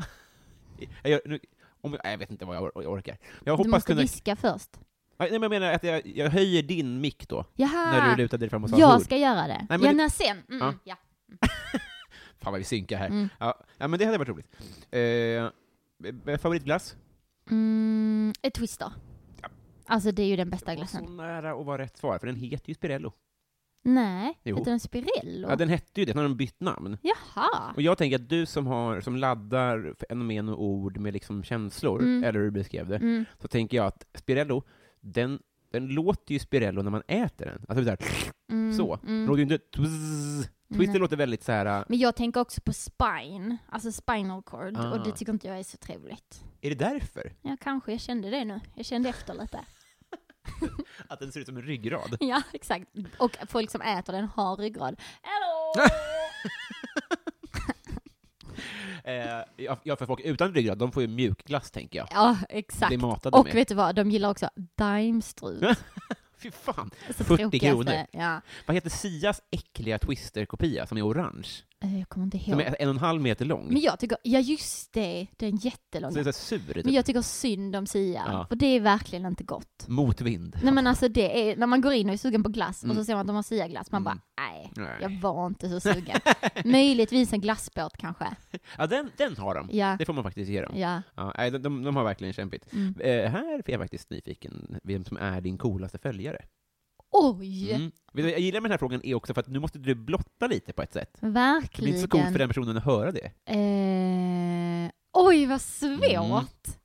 Speaker 1: Jag, gör, nu, om, nej, jag vet inte vad jag, or- jag orkar. Jag
Speaker 2: du
Speaker 1: hoppas
Speaker 2: måste
Speaker 1: kunna...
Speaker 2: diska först.
Speaker 1: Nej, men jag menar att jag, jag höjer din mick då, när
Speaker 2: Jaha!
Speaker 1: du lutade dig fram och sa
Speaker 2: Jag
Speaker 1: hull.
Speaker 2: Ah. ska göra det.
Speaker 1: men
Speaker 2: ja,
Speaker 1: du-
Speaker 2: när sen. Mm,
Speaker 1: Ja.
Speaker 2: ja.
Speaker 1: Fan vad vi synkar här.
Speaker 2: Mm.
Speaker 1: Ja, ja, men det hade varit roligt. Eh, eh, favoritglass?
Speaker 2: Mm, ett twister.
Speaker 1: Ja.
Speaker 2: Alltså det är ju den bästa
Speaker 1: Det var så
Speaker 2: glassen.
Speaker 1: nära att vara rätt svar, för den heter ju Spirello.
Speaker 2: Nej,
Speaker 1: Jo.
Speaker 2: heter den Spirello?
Speaker 1: Ja, den hette ju det, när de bytt namn.
Speaker 2: Jaha!
Speaker 1: Och jag tänker att du som, har, som laddar fenomen och ord med liksom känslor,
Speaker 2: Mm.
Speaker 1: eller hur du beskrev det,
Speaker 2: Mm.
Speaker 1: så tänker jag att Spirello, den, den låter ju Spirello när man äter den. Alltså såhär,
Speaker 2: Mm.
Speaker 1: så. Den
Speaker 2: Mm.
Speaker 1: låter ju inte twizz. Twister
Speaker 2: Nej.
Speaker 1: låter väldigt såhär, äh,
Speaker 2: Men jag tänker också på spine, alltså spinal cord,
Speaker 1: Ah.
Speaker 2: och det tycker inte jag är så trevligt.
Speaker 1: är det därför?
Speaker 2: Ja, kanske, jag kände det nu. Jag kände efter lite.
Speaker 1: Att den ser ut som en ryggrad?
Speaker 2: ja, exakt. Och folk som äter den har ryggrad. Hello!
Speaker 1: eh, ja, ja, för folk utan ryggrad, de får ju mjukglass, tänker jag.
Speaker 2: ja,
Speaker 1: Det
Speaker 2: exakt.
Speaker 1: matar de
Speaker 2: Och
Speaker 1: med.
Speaker 2: vet du vad, de gillar också daimstrut.
Speaker 1: Fy fan.
Speaker 2: Så
Speaker 1: 40
Speaker 2: tråkigaste.
Speaker 1: kronor.
Speaker 2: Ja.
Speaker 1: Vad heter Sias äckliga twisterkopia som är orange?
Speaker 2: Eh, Jag kommer inte ihåg.
Speaker 1: Som är en och en halv meter lång.
Speaker 2: Men jag tycker, ja just det,
Speaker 1: Så
Speaker 2: den
Speaker 1: det är
Speaker 2: jättelånga.
Speaker 1: så här sur, typ.
Speaker 2: Men jag tycker synd om Sia,
Speaker 1: Ja.
Speaker 2: för det är verkligen inte gott.
Speaker 1: Motvind.
Speaker 2: Nej men alltså det är, när man går in och är sugen på glass och
Speaker 1: Mm.
Speaker 2: så ser man att de har Sia-glass, man
Speaker 1: Mm.
Speaker 2: bara nej,
Speaker 1: Nej.
Speaker 2: jag var inte så sugen. Möjligtvis en glassbåt kanske.
Speaker 1: Ja, den, den har de.
Speaker 2: Ja,
Speaker 1: Det får man faktiskt ge dem.
Speaker 2: ja.
Speaker 1: Ja, nej, de, de, de har verkligen kämpigt.
Speaker 2: Mm.
Speaker 1: Eh, här är jag faktiskt nyfiken, vem som är din coolaste följare.
Speaker 2: Oj!
Speaker 1: Mm. Vet du, Jag gillar med den här frågan är också för att nu måste du blotta lite på ett sätt.
Speaker 2: Verkligen.
Speaker 1: Det blir inte så coolt för den personen att höra det.
Speaker 2: Eh, oj, vad
Speaker 1: Mm.
Speaker 2: svårt!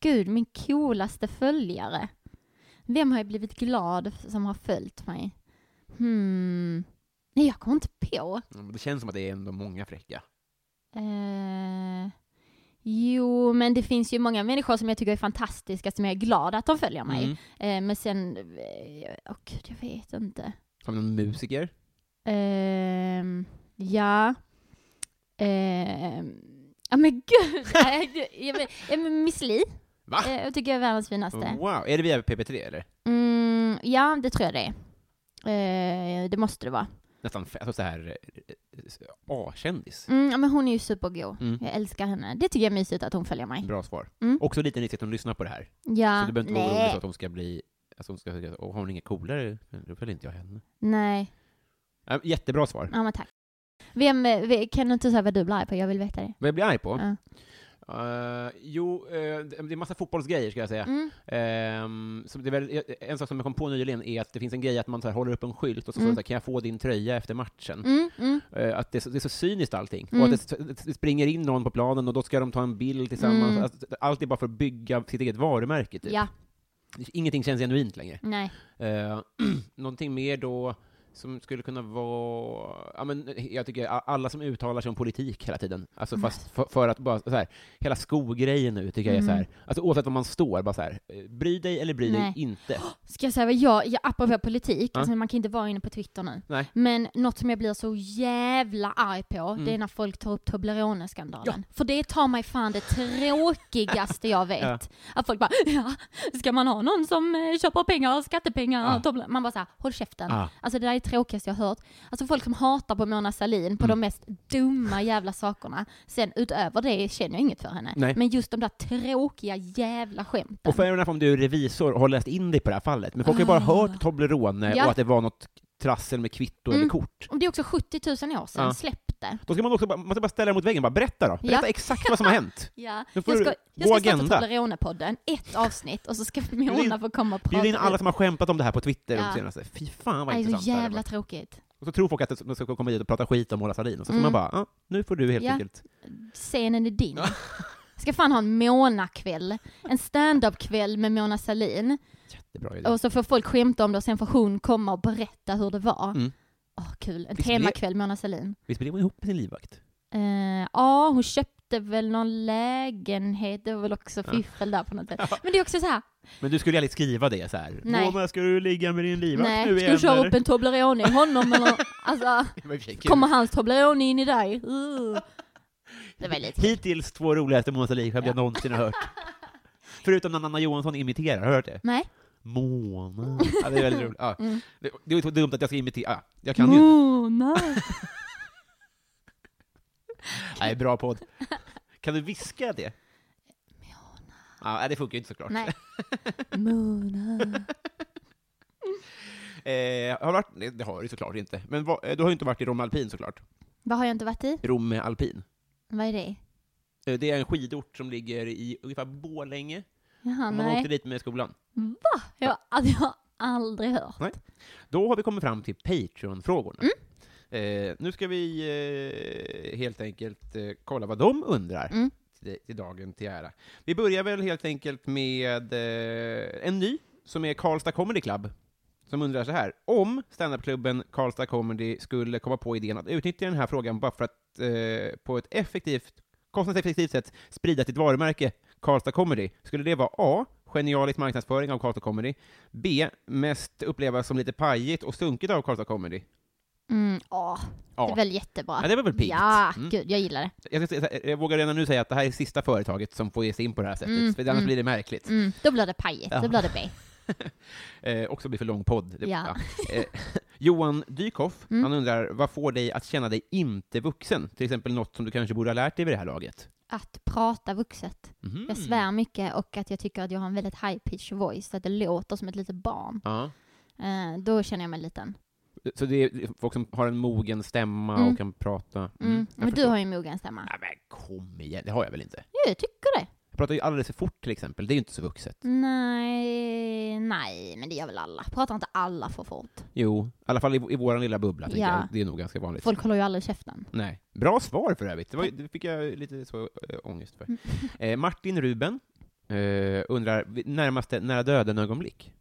Speaker 2: Gud, min coolaste följare. Vem har jag blivit glad f- som har följt mig? Hmm. Nej, jag kommer inte på.
Speaker 1: Mm, Det känns som att det är ändå många fräcka.
Speaker 2: Eh, jo, men det finns ju många människor som jag tycker är fantastiska som jag är glad att de följer mig.
Speaker 1: Mm.
Speaker 2: Eh, men sen, eh, åh gud, jag vet inte.
Speaker 1: Som en musiker.
Speaker 2: Ehm, ja. Ehm, ja men gud! Nej, jag- jag vet- ja, men Miss Li.
Speaker 1: Va?
Speaker 2: Eh, Jag tycker jag är världens finaste.
Speaker 1: Wow, är det via PP3 eller?
Speaker 2: Mm, ja, det tror jag det är. Eh, det måste det vara.
Speaker 1: Nästan f- alltså så här eh, eh, A-kändis.
Speaker 2: Mm, ja, men hon är ju supergo.
Speaker 1: Mm.
Speaker 2: Jag älskar henne. Det tycker jag är mysigt att hon följer mig.
Speaker 1: Bra svar.
Speaker 2: Mm.
Speaker 1: Också lite risk att hon lyssnar på det här.
Speaker 2: Ja,
Speaker 1: Så du behöver inte vara orolig
Speaker 2: nej.
Speaker 1: för att hon ska bli, att hon ska säga "Åh, har hon inga coolare, då följer inte jag henne.
Speaker 2: nej.
Speaker 1: Äh, Jättebra svar.
Speaker 2: Ja, men tack. Vem, eh, ve- kan du inte säga vad du blir arg på? Jag vill veta det.
Speaker 1: Vad jag blir arg på?
Speaker 2: Ja.
Speaker 1: Eh, jo, eh, det det är massa fotbollsgrejer ska jag säga.
Speaker 2: Mm.
Speaker 1: Ehm, så det är väl, en sak som jag kom på nyligen är att det finns en grej att man så här, håller upp en skylt och så står det
Speaker 2: Mm.
Speaker 1: så här, kan jag få din tröja efter matchen?
Speaker 2: Mm, mm,
Speaker 1: Eh, att det är, så, det är så cyniskt allting.
Speaker 2: Mm.
Speaker 1: Och att det, s- det springer in någon på planen och då ska de ta en bild tillsammans.
Speaker 2: Mm.
Speaker 1: Alltså, allt är bara för att bygga sitt eget varumärke, typ.
Speaker 2: ja,
Speaker 1: Ingenting känns genuint längre.
Speaker 2: nej.
Speaker 1: Eh, någonting mer då som skulle kunna vara... Ja, men eh, jag tycker a- alla som uttalar sig om politik hela tiden,
Speaker 2: Mm.
Speaker 1: alltså fast för, för att bara så här, hela skogrejen nu tycker jag är så här, alltså oavsett var man står, bara så här, eh, bry dig eller bry dig
Speaker 2: Mm. Nej.
Speaker 1: inte.
Speaker 2: Ska jag säga vad jag, jag apropå politik,
Speaker 1: Mm. Ja.
Speaker 2: alltså man kan inte vara inne på Twitter nu.
Speaker 1: Nej.
Speaker 2: Men något som jag blir så jävla arg på, det
Speaker 1: Mm.
Speaker 2: är när folk tar upp Toblerone-skandalen. För det tar mig fan det tråkigaste jag vet.
Speaker 1: Ja.
Speaker 2: Att folk bara, ja, ska man ha någon som eh, köper pengar, skattepengar,
Speaker 1: Ja.
Speaker 2: Tobler-" Man bara såhär, håll käften.
Speaker 1: Ja.
Speaker 2: Alltså det där är det tråkigaste jag har hört. Alltså folk som hatar på Mona Sahlin
Speaker 1: Mm.
Speaker 2: på de mest dumma jävla sakerna. Sen utöver det känner jag inget för henne.
Speaker 1: Nej.
Speaker 2: Men just de där tråkiga jävla skämten.
Speaker 1: Och fair enough om du är revisor och har läst in dig på det här fallet, men folk har ju bara hört Toblerone
Speaker 2: Ah. Ja.
Speaker 1: och att det var något trassel med kvitto eller
Speaker 2: Mm.
Speaker 1: kort.
Speaker 2: Och det är också 70 000 år sedan,
Speaker 1: Ja.
Speaker 2: släpp det.
Speaker 1: Då ska man också bara, man ska bara ställa det mot väggen, bara berätta då, berätta
Speaker 2: Ja.
Speaker 1: exakt vad som har hänt.
Speaker 2: Ja.
Speaker 1: Nu
Speaker 2: Jag
Speaker 1: får
Speaker 2: ska,
Speaker 1: du-
Speaker 2: jag
Speaker 1: gå
Speaker 2: ska
Speaker 1: agenda.
Speaker 2: starta Toblerone-podden, ett avsnitt, och så ska
Speaker 1: Bjud in-
Speaker 2: Mona få komma och prata.
Speaker 1: Bjud in alla som har skämtat om det här på Twitter de
Speaker 2: Ja.
Speaker 1: senaste. Fy fan vad
Speaker 2: Nej, så
Speaker 1: intressant det här var.
Speaker 2: jävla tråkigt.
Speaker 1: Och så tror folk att de ska komma hit och prata skit om Mona Sahlin, och så får man
Speaker 2: Mm.
Speaker 1: bara, ah, nu får du helt
Speaker 2: Ja.
Speaker 1: enkelt.
Speaker 2: Scenen är din.
Speaker 1: Ja.
Speaker 2: Ska fan ha en Mona-kväll. En stand-up-kväll med Mona Sahlin.
Speaker 1: Det är bra idé.
Speaker 2: Och så får folk skämta om det och sen får hon komma och berätta hur det var. Åh,
Speaker 1: Mm.
Speaker 2: kul. En
Speaker 1: Visst
Speaker 2: temakväll Mona Sahlin.
Speaker 1: Visst blev hon ihop med sin livvakt?
Speaker 2: Eh, ja, hon köpte väl någon lägenhet. Det var väl också fiffel där på något sätt. Men det är också så här.
Speaker 1: Men du skulle aldrig skriva det så här.
Speaker 2: Nej.
Speaker 1: Mona, ska du ligga med din livvakt nu
Speaker 2: Nej,
Speaker 1: igen?
Speaker 2: ska du köra
Speaker 1: eller?
Speaker 2: upp en Toblerone i honom eller? Alltså.
Speaker 1: Men vilken kul.
Speaker 2: Kommer hans Toblerone in i dig? Uh. Det var lite...
Speaker 1: Hittills två roligaste Mona Sahlin-skämt jag någonsin har hört. Förutom när Anna Johansson imiterar, har du hört det?
Speaker 2: Nej.
Speaker 1: Mona. Ja, det är väldigt roligt. Ja.
Speaker 2: Mm.
Speaker 1: Det, det är så dumt att jag ska imitera. Ja, jag kan ju inte.
Speaker 2: Mona!
Speaker 1: Nej, bra podd. Kan du viska det? Mona. Ja, det funkar ju inte såklart.
Speaker 2: Nej. Mona.
Speaker 1: Eh, har du varit, nej, det har du såklart inte. Men vad- eh, du har ju inte varit i Romalpin såklart.
Speaker 2: Vad har jag inte varit i?
Speaker 1: Romme alpin.
Speaker 2: Vad är det?
Speaker 1: Eh, Det är en skidort som ligger i ungefär Borlänge.
Speaker 2: Jaha,
Speaker 1: Man åkte
Speaker 2: nej.
Speaker 1: dit med skolan.
Speaker 2: Va? Jag, alltså, jag har aldrig hört.
Speaker 1: Nej. Då har vi kommit fram till Patreon-frågorna. Eh, nu ska vi eh, helt enkelt eh, kolla vad de undrar
Speaker 2: Mm.
Speaker 1: till, till dagen till ära. Vi börjar väl helt enkelt med eh, en ny, som är Karlstad Comedy Club, som undrar så här. Om standupklubben Karlstad Comedy skulle komma på idén att utnyttja den här frågan bara för att eh, på ett effektivt, kostnadseffektivt sätt sprida sitt varumärke Karlstad Comedy, skulle det vara A. Genialisk marknadsföring av Karlstad Comedy, B. Mest upplevas som lite pajigt och sunkigt av Karlstad Comedy.
Speaker 2: Mm, åh,
Speaker 1: Ja.
Speaker 2: det är väl jättebra.
Speaker 1: Ja, det var väl piggt.
Speaker 2: Ja,
Speaker 1: Mm.
Speaker 2: gud, jag gillar det.
Speaker 1: Jag, ska säga- jag vågar redan nu säga att det här är sista företaget som får ge sig in på det här sättet,
Speaker 2: Mm,
Speaker 1: för annars
Speaker 2: mm.
Speaker 1: blir det märkligt.
Speaker 2: Mm, då blir det pajigt,
Speaker 1: Ja.
Speaker 2: då blir det B.
Speaker 1: Eh, också blir för lång podd. Det-
Speaker 2: Ja.
Speaker 1: ja. Eh, Johan Dykhoff,
Speaker 2: Mm.
Speaker 1: han undrar, vad får dig att känna dig inte vuxen? Till exempel något som du kanske borde ha lärt dig vid det här laget?
Speaker 2: Att prata vuxet.
Speaker 1: Mhm.
Speaker 2: Jag svär mycket och att jag tycker att jag har en väldigt high pitch voice, så att det låter som ett litet barn.
Speaker 1: Ja.
Speaker 2: Eh, då känner jag mig liten.
Speaker 1: Så det är folk som har en mogen stämma
Speaker 2: Mm.
Speaker 1: och kan prata?
Speaker 2: Mm.
Speaker 1: jag
Speaker 2: Men du
Speaker 1: förstår.
Speaker 2: har ju en mogen stämma.
Speaker 1: Nej, men kom igen, det har jag väl inte?
Speaker 2: Jo, jag tycker det.
Speaker 1: Jag pratar ju alldeles för fort till exempel, det är ju inte så vuxet.
Speaker 2: Nej, nej, men det gör väl alla. Pratar inte alla för fort?
Speaker 1: Jo, i alla fall i, i vår lilla bubbla, tänker
Speaker 2: Ja.
Speaker 1: jag. det är nog ganska vanligt.
Speaker 2: Folk håller ju aldrig käften.
Speaker 1: Nej. Bra svar för övrigt. Det, var, ju- det fick jag lite så äh, ångest
Speaker 2: Mm.
Speaker 1: för. Eh, Martin Ruben eh, undrar, vi- närmaste nära döden-ögonblick?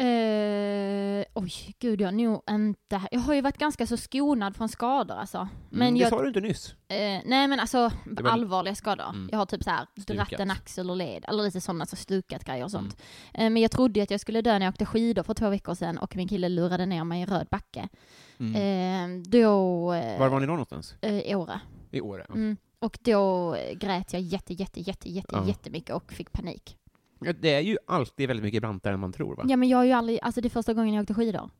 Speaker 2: Eh, oj, gud, jag har nog inte... Jag har ju varit ganska så skonad från skador alltså. Men
Speaker 1: Mm, Det
Speaker 2: jag...
Speaker 1: sa du inte nyss.
Speaker 2: Eh, nej men alltså
Speaker 1: var-
Speaker 2: allvarliga skador.
Speaker 1: Mm.
Speaker 2: Jag har typ så här
Speaker 1: Stukat.
Speaker 2: dratt en axel och led, eller lite sådana så stukat grejer och sånt. Eh, men jag trodde ju att jag skulle dö när jag åkte skidor för två veckor sedan och min kille lurade ner mig i röd backe.
Speaker 1: Mm.
Speaker 2: Eh, då... eh,
Speaker 1: Var var ni då någonstans?
Speaker 2: eh, I Åre.
Speaker 1: I Åre? ja.
Speaker 2: Mm. Och då eh, grät jag jätte, jätte, jätte, jätte,
Speaker 1: Ja.
Speaker 2: jättemycket och fick panik.
Speaker 1: Ja, Det är ju alltid väldigt mycket brantare än man tror, va?
Speaker 2: Ja men jag har ju aldrig, alltså det är första gången jag åkte skidor.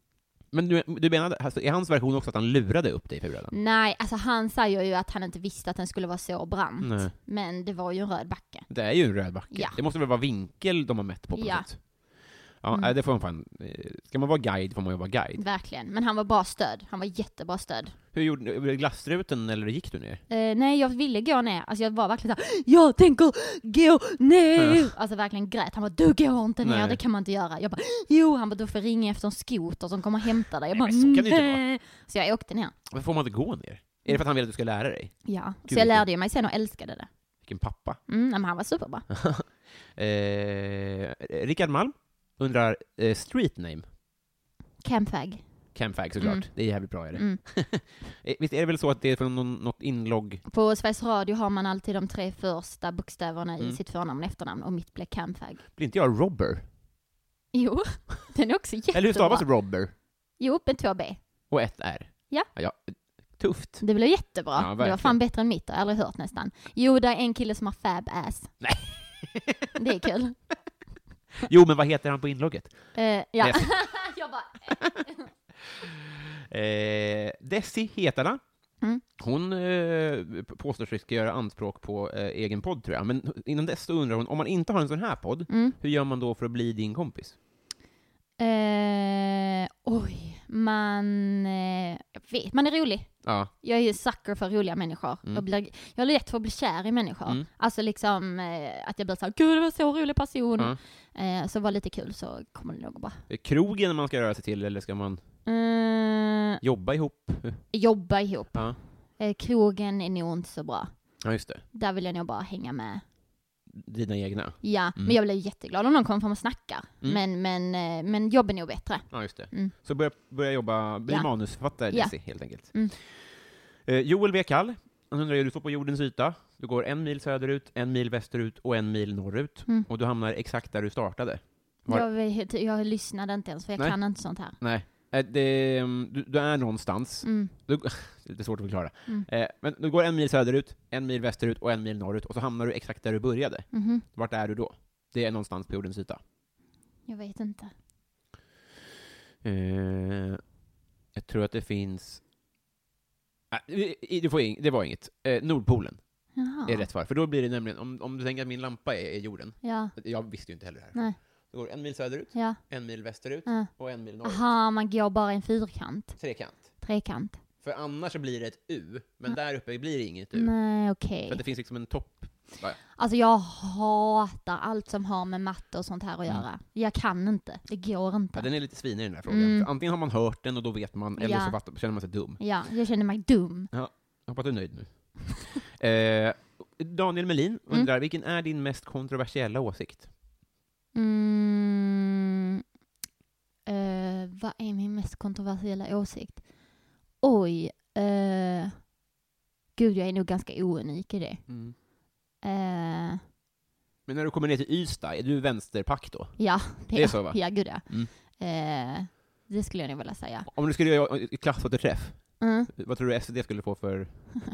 Speaker 1: Men du, du menade, alltså, är hans version också att han lurade upp dig i fulen?
Speaker 2: Nej, alltså han säger ju att han inte visste att den skulle vara så brant.
Speaker 1: Nej.
Speaker 2: Men det var ju en röd backe.
Speaker 1: Det är ju en röd backe.
Speaker 2: Mm. Ja.
Speaker 1: Det måste väl vara vinkel de har mätt på, på något
Speaker 2: Ja.
Speaker 1: sätt? Ja,
Speaker 2: Mm.
Speaker 1: nej, det får man fan... eh, Ska man vara guide får man ju vara guide.
Speaker 2: Verkligen. Men han var bra stöd. Han var jättebra stöd.
Speaker 1: Hur gjorde du? Blev det Glasstruten, eller gick du ner?
Speaker 2: Eh, nej, jag ville gå ner. Alltså jag var verkligen såhär, jag tänker gå ner! Alltså verkligen grät. Han bara, du går inte ner,
Speaker 1: Nej.
Speaker 2: det kan man inte göra. Jag bara, jo! Han bara, du får ringa efter en skoter som kommer och hämta dig.
Speaker 1: Nej,
Speaker 2: Jag bara,
Speaker 1: men så kan det inte vara.
Speaker 2: "Nej." Så jag åkte ner.
Speaker 1: Varför får man inte gå ner? Är det för att han vill att du ska lära dig?
Speaker 2: Ja.
Speaker 1: Gud,
Speaker 2: Så jag
Speaker 1: vilken-
Speaker 2: lärde ju mig sen och älskade det.
Speaker 1: Vilken pappa.
Speaker 2: Mm, nej, men han var superbra.
Speaker 1: Eh, Rickard Malm undrar eh, street name.
Speaker 2: Campfag.
Speaker 1: Camfag såklart.
Speaker 2: Mm.
Speaker 1: Det är jävligt bra är det.
Speaker 2: Mm.
Speaker 1: Eh, Visst är det väl så att det är från någon, något inlogg?
Speaker 2: På Sveriges Radio har man alltid de tre första bokstäverna
Speaker 1: Mm.
Speaker 2: i sitt förnamn och efternamn och mitt blev Campfag.
Speaker 1: Blir inte jag robber?
Speaker 2: Jo, den är också jättebra.
Speaker 1: Eller hur stavas robber?
Speaker 2: Jo, med två B.
Speaker 1: Och ett R?
Speaker 2: Ja.
Speaker 1: Tufft.
Speaker 2: Det blev jättebra.
Speaker 1: Ja,
Speaker 2: det var
Speaker 1: verkligen.
Speaker 2: fan bättre än mitt, det har jag aldrig hört nästan. Jo, det är en kille som har fab ass.
Speaker 1: Nej.
Speaker 2: Det är kul.
Speaker 1: Jo, men vad heter han på inlogget?
Speaker 2: Eh, ja.
Speaker 1: Yes.
Speaker 2: jag bara,
Speaker 1: Eh, Desi Hetala.
Speaker 2: Mm.
Speaker 1: Hon eh, p- påstår sig ska göra anspråk på eh, egen podd, tror jag. Men innan dess så undrar hon, om man inte har en sån här podd,
Speaker 2: mm.
Speaker 1: hur gör man då för att bli din kompis?
Speaker 2: eh, oj, man, eh, jag vet, man är rolig.
Speaker 1: Ja.
Speaker 2: Jag är ju sucker för roliga människor.
Speaker 1: Mm.
Speaker 2: Jag, blir, jag har lätt för att bli kär i människor.
Speaker 1: Mm.
Speaker 2: Alltså liksom eh, att jag blir såhär, gud det var så rolig person.
Speaker 1: Ja.
Speaker 2: Eh, så var lite kul så kommer det nog gå bra.
Speaker 1: Är Krogen man ska röra sig till, eller ska man
Speaker 2: Eh,
Speaker 1: jobba ihop?
Speaker 2: jobba ihop.
Speaker 1: Ja,
Speaker 2: Eh, krogen är nog inte så bra.
Speaker 1: ja just det.
Speaker 2: Där vill jag nog bara hänga med.
Speaker 1: Dina egna.
Speaker 2: Ja, men jag blir jätteglad om någon kommer fram och snackar.
Speaker 1: Mm.
Speaker 2: Men, men, eh, men jobb är nog bättre.
Speaker 1: Ja, just det.
Speaker 2: Mm.
Speaker 1: Så börja, börja jobba, bli
Speaker 2: Ja.
Speaker 1: manusförfattare,
Speaker 2: Ja.
Speaker 1: Desi, helt enkelt.
Speaker 2: Mm.
Speaker 1: Eh, Joel W. Kall, han undrar ju, du står på jordens yta, du går en mil söderut, en mil västerut och en mil norrut,
Speaker 2: Mm.
Speaker 1: och du hamnar exakt där du startade. Var-
Speaker 2: Jag, vet- jag lyssnade inte ens för jag
Speaker 1: Nej.
Speaker 2: kan inte sånt här.
Speaker 1: Nej. Eh, Det, mm, du, du är någonstans,
Speaker 2: Mm.
Speaker 1: det är svårt att förklara.
Speaker 2: Mm.
Speaker 1: Eh, men du går en mil söderut, en mil västerut och en mil norrut, och så hamnar du exakt där du började.
Speaker 2: Mhm.
Speaker 1: Vart är du då? Det är någonstans på jordens yta.
Speaker 2: Jag vet inte.
Speaker 1: Eh, jag tror att det finns... Ah, i- i- Du får ing... Det var inget. Eh, Nordpolen
Speaker 2: Jaha.
Speaker 1: är rätt svar. För då blir det nämligen, om, om du tänker att min lampa är, är jorden,
Speaker 2: Ja,
Speaker 1: jag visste ju inte heller det här.
Speaker 2: Nej.
Speaker 1: Då går det en mil söderut,
Speaker 2: ja.
Speaker 1: en mil västerut
Speaker 2: ja.
Speaker 1: och en mil norrut.
Speaker 2: Aha, man går bara i en fyrkant.
Speaker 1: Trekant.
Speaker 2: Trekant.
Speaker 1: För För annars så blir det ett U, men där uppe blir det inget U.
Speaker 2: Nej, okej.
Speaker 1: typ. För att det finns liksom en topp.
Speaker 2: Alltså jag hatar allt som har med matte och sånt här att
Speaker 1: Mm.
Speaker 2: göra. Jag kan inte. Det går
Speaker 1: Ja,
Speaker 2: inte.
Speaker 1: den är lite svinig den här frågan.
Speaker 2: Mm.
Speaker 1: För antingen har man hört den och då vet man, eller
Speaker 2: Ja.
Speaker 1: så fatt- känner man sig dum.
Speaker 2: Ja, jag känner mig dum.
Speaker 1: Jag hoppas du är nöjd nu. eh, Daniel Melin undrar, vilken är din mest kontroversiella åsikt?
Speaker 2: Mm. Eh, vad är min mest kontroversiella åsikt? Oj. eh, gud, jag är nog ganska ounik i det. Eh,
Speaker 1: Men när du kommer ner till Ystad, är du vänsterpack då?
Speaker 2: ja, det,
Speaker 1: Det är så, va?
Speaker 2: Ja, gud ja.
Speaker 1: Mm.
Speaker 2: Eh, det skulle jag nog vilja säga.
Speaker 1: Om du skulle göra ett klassåterträff,
Speaker 2: Mm.
Speaker 1: vad tror du SD skulle få för...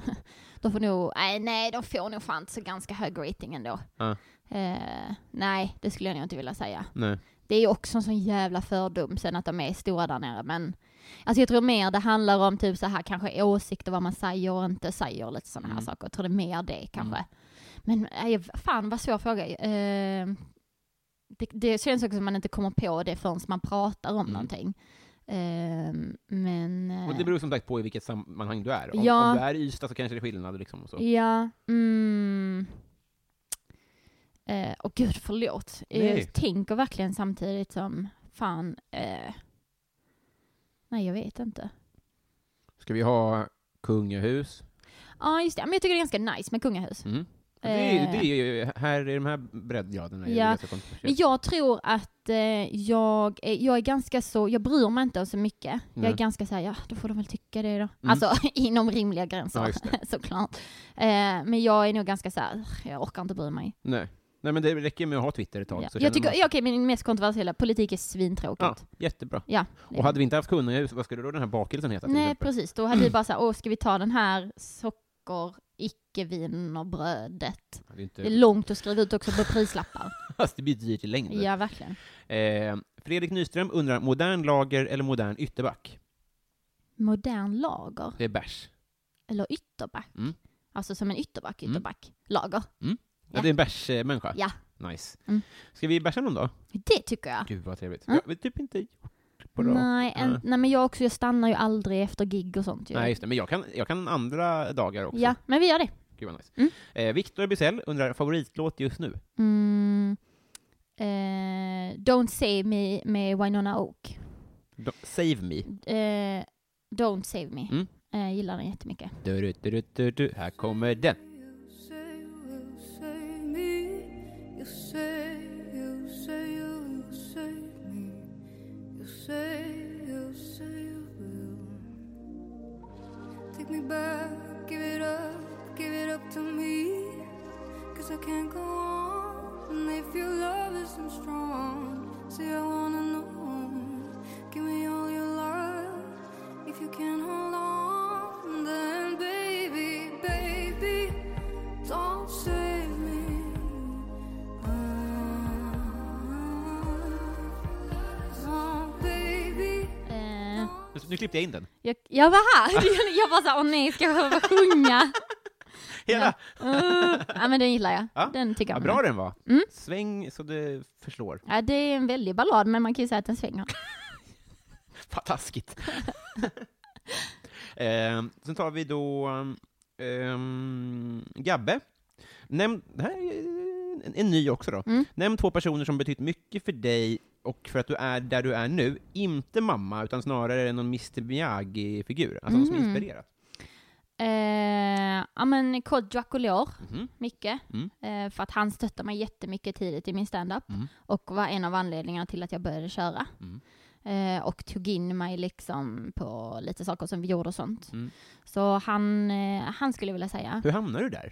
Speaker 2: De får nog, nej, nej de får nog fan så ganska hög rating ändå.
Speaker 1: Ja.
Speaker 2: Eh, nej, det skulle jag nog inte vilja säga.
Speaker 1: Nej.
Speaker 2: Det är ju också en sån jävla fördom sen att de är stora där nere men Alltså jag tror mer det handlar om typ så här kanske åsikter, vad man säger och inte säger och lite sådana här
Speaker 1: Mm.
Speaker 2: saker. Jag tror det är mer det kanske.
Speaker 1: Mm.
Speaker 2: Men nej, fan vad svår fråga. Eh, det, det känns också som att man inte kommer på det förrän man pratar om
Speaker 1: Mm.
Speaker 2: någonting. Eh, men... eh,
Speaker 1: Och det beror som sagt på i vilket sammanhang du är. Om,
Speaker 2: Ja.
Speaker 1: om du är i Ystad så kanske det är skillnad liksom och så.
Speaker 2: Ja, mm. Eh, och gud, förlåt.
Speaker 1: Nej.
Speaker 2: Jag tänker verkligen samtidigt som, fan, eh. nej jag vet inte.
Speaker 1: Ska vi ha kungahus?
Speaker 2: Ja, just det. Men jag tycker det är ganska nice med kungahus.
Speaker 1: Mm. Det är,
Speaker 2: Eh.
Speaker 1: det är ju, här i de här breddgraderna är det
Speaker 2: Ja.
Speaker 1: ganska
Speaker 2: Men
Speaker 1: kontroversiellt.
Speaker 2: jag tror att eh, jag, är, jag är ganska så, jag bryr mig inte om så mycket. Jag
Speaker 1: Nej.
Speaker 2: är ganska såhär, ja då får de väl tycka det
Speaker 1: Mm.
Speaker 2: då. Alltså inom rimliga gränser
Speaker 1: Ja, just det.
Speaker 2: såklart. Eh, men jag är nog ganska såhär, jag orkar inte bry mig.
Speaker 1: Nej. Nej, men det räcker med att ha Twitter ett tag.
Speaker 2: Ja.
Speaker 1: Så
Speaker 2: Jag
Speaker 1: känner
Speaker 2: tycker,
Speaker 1: man-
Speaker 2: ja, okej min mest kontroversiella, politik är
Speaker 1: Ja,
Speaker 2: svintråkigt.
Speaker 1: jättebra.
Speaker 2: Ja.
Speaker 1: Och hade vi inte haft kungahus, vad skulle då den här bakelsen heta? till
Speaker 2: Nej,
Speaker 1: exempel? Mm.
Speaker 2: precis. Då hade vi bara såhär, åh, ska vi ta den här socker, icke-wienerbrödet?
Speaker 1: Ja, Det, är inte...
Speaker 2: Det är långt att skriva ut också på prislappar.
Speaker 1: Fast det blir dyrt i längden.
Speaker 2: ja, verkligen.
Speaker 1: Eh, Fredrik Nyström undrar, modern lager eller modern ytterback?
Speaker 2: Modern lager,
Speaker 1: Det är bärs.
Speaker 2: eller ytterback.
Speaker 1: Mm.
Speaker 2: Alltså som en ytterback,
Speaker 1: Mm.
Speaker 2: ytterback. Lager.
Speaker 1: Ja.
Speaker 2: Ja.
Speaker 1: Det är en bärsmänniska?
Speaker 2: Ja.
Speaker 1: Nice.
Speaker 2: Mm.
Speaker 1: Ska vi bärsa någon dag?
Speaker 2: Det tycker jag.
Speaker 1: Gud vad trevligt.
Speaker 2: Mm.
Speaker 1: Jag har typ inte gjort på rak.
Speaker 2: Nej, en,
Speaker 1: Nej.
Speaker 2: nej, men jag också, jag stannar ju aldrig efter gig och sånt ju.
Speaker 1: Nej, just det. Men jag kan, jag kan andra dagar också.
Speaker 2: Ja, men vi gör det.
Speaker 1: Gud vad nice.
Speaker 2: Mm.
Speaker 1: Eh, Viktor Bysell undrar, favoritlåt just nu?
Speaker 2: Mm. Eh, don't save me med Winona Oak.
Speaker 1: Do- Save me.
Speaker 2: Eh, don't save me.
Speaker 1: Mm.
Speaker 2: Eh, gillar den jättemycket.
Speaker 1: Du, du, du, du, du, du. Här kommer den.
Speaker 3: Take me back, give it up, give it up to me. Cause I can't go on. And if your love isn't strong, say I wanna know. Give me all your love. If you can't hold on, then baby, baby, don't save me. Ah, oh, baby.
Speaker 2: Eh,
Speaker 1: Nu klippte jag in den.
Speaker 2: Jag, jag var här, jag bara såhär, åh nej, ska jag behöva sjunga?
Speaker 1: Hela.
Speaker 2: Ja. Uh, ja men den gillar jag,
Speaker 1: Ja.
Speaker 2: den tycker
Speaker 1: Ja,
Speaker 2: jag
Speaker 1: bra
Speaker 2: om.
Speaker 1: den var.
Speaker 2: Mm.
Speaker 1: Sväng så det förslår.
Speaker 2: Ja, det är en väldig ballad, men man kan ju säga att den svänger.
Speaker 1: Vad taskigt. eh, sen tar vi då ehm, Gabbe. Nämn, det här är en, en ny också då.
Speaker 2: Mm.
Speaker 1: Nämn två personer som betytt mycket för dig och för att du är där du är nu. Inte mamma, utan snarare någon Mr Miyagi-figur. Alltså någon som
Speaker 2: Mhm.
Speaker 1: inspirerat.
Speaker 2: Eh, ja men Cod Dracolor,
Speaker 1: Mhm.
Speaker 2: mycket.
Speaker 1: Mm.
Speaker 2: Eh, för att han stötte mig jättemycket tidigt i min standup.
Speaker 1: Mm.
Speaker 2: Och var en av anledningarna till att jag började köra.
Speaker 1: Mm.
Speaker 2: Eh, och tog in mig liksom på lite saker som vi gjorde och sånt.
Speaker 1: Mm.
Speaker 2: Så han, eh, han skulle jag vilja säga.
Speaker 1: Hur hamnade du där?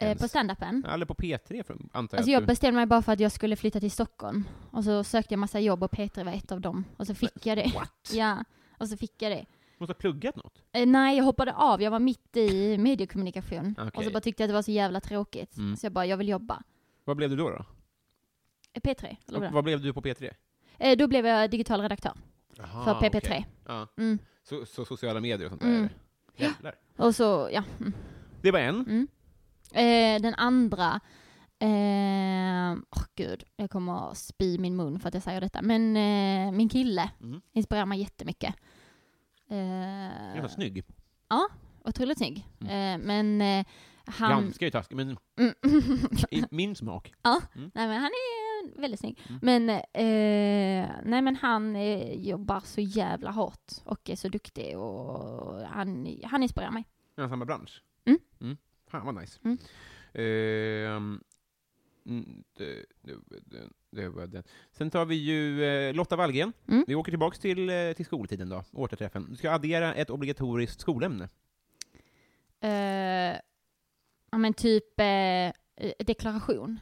Speaker 2: Eh,
Speaker 1: Ens?
Speaker 2: på standupen.
Speaker 1: Eller på P3, för- antar jag.
Speaker 2: Alltså
Speaker 1: att
Speaker 2: jag
Speaker 1: du-
Speaker 2: bestämde mig bara för att jag skulle flytta till Stockholm. Och så sökte jag massa jobb och Peter var ett av dem. Och så fick jag det.
Speaker 1: What?
Speaker 2: Ja, och så fick jag det.
Speaker 1: Måste ha pluggat något?
Speaker 2: Eh, nej, jag hoppade av. Jag var mitt i mediekommunikation.
Speaker 1: Okej.
Speaker 2: Och så bara tyckte jag att det var så jävla tråkigt.
Speaker 1: Mm.
Speaker 2: Så jag bara, jag vill jobba.
Speaker 1: Vad blev du då? då?
Speaker 2: Eh, P3, eller vad
Speaker 1: Vad blev du på P3?
Speaker 2: det- eh, Då blev jag digital redaktör
Speaker 1: Aha,
Speaker 2: för PP3.
Speaker 1: Ah, okej. Ja.
Speaker 2: Mm.
Speaker 1: Så, så sociala medier och sånt
Speaker 2: Mm.
Speaker 1: där? Jävlar.
Speaker 2: Och så, ja. Mm.
Speaker 1: Det var en.
Speaker 2: Mm. Eh, den andra, åh eh, åh, gud, jag kommer att spy min mun för att jag säger detta. Men eh, min kille
Speaker 1: Mm.
Speaker 2: inspirerar mig jättemycket.
Speaker 1: Den
Speaker 2: Eh,
Speaker 1: var snygg. Mm.
Speaker 2: Ja, otroligt snygg. Eh, men eh, han...
Speaker 1: Ganska ju taskigt, men
Speaker 2: Mm.
Speaker 1: i min smak. Mm.
Speaker 2: nej, men han är eh, väldigt snygg. Men, eh, nej, men han eh, jobbar så jävla hårt och är så duktig och han, han inspirerar mig.
Speaker 1: Är han samma bransch?
Speaker 2: Mm.
Speaker 1: Fan vad nice.
Speaker 2: Mm.
Speaker 1: Ehm, mm, det, det, det, det var det. Sen tar vi ju eh, Lotta Wallgren.
Speaker 2: Mm.
Speaker 1: Vi åker tillbaks till, eh, till skoltiden då, återträffen. Du ska addera ett obligatoriskt skolämne.
Speaker 2: Eh, ja, men typ eh, deklaration.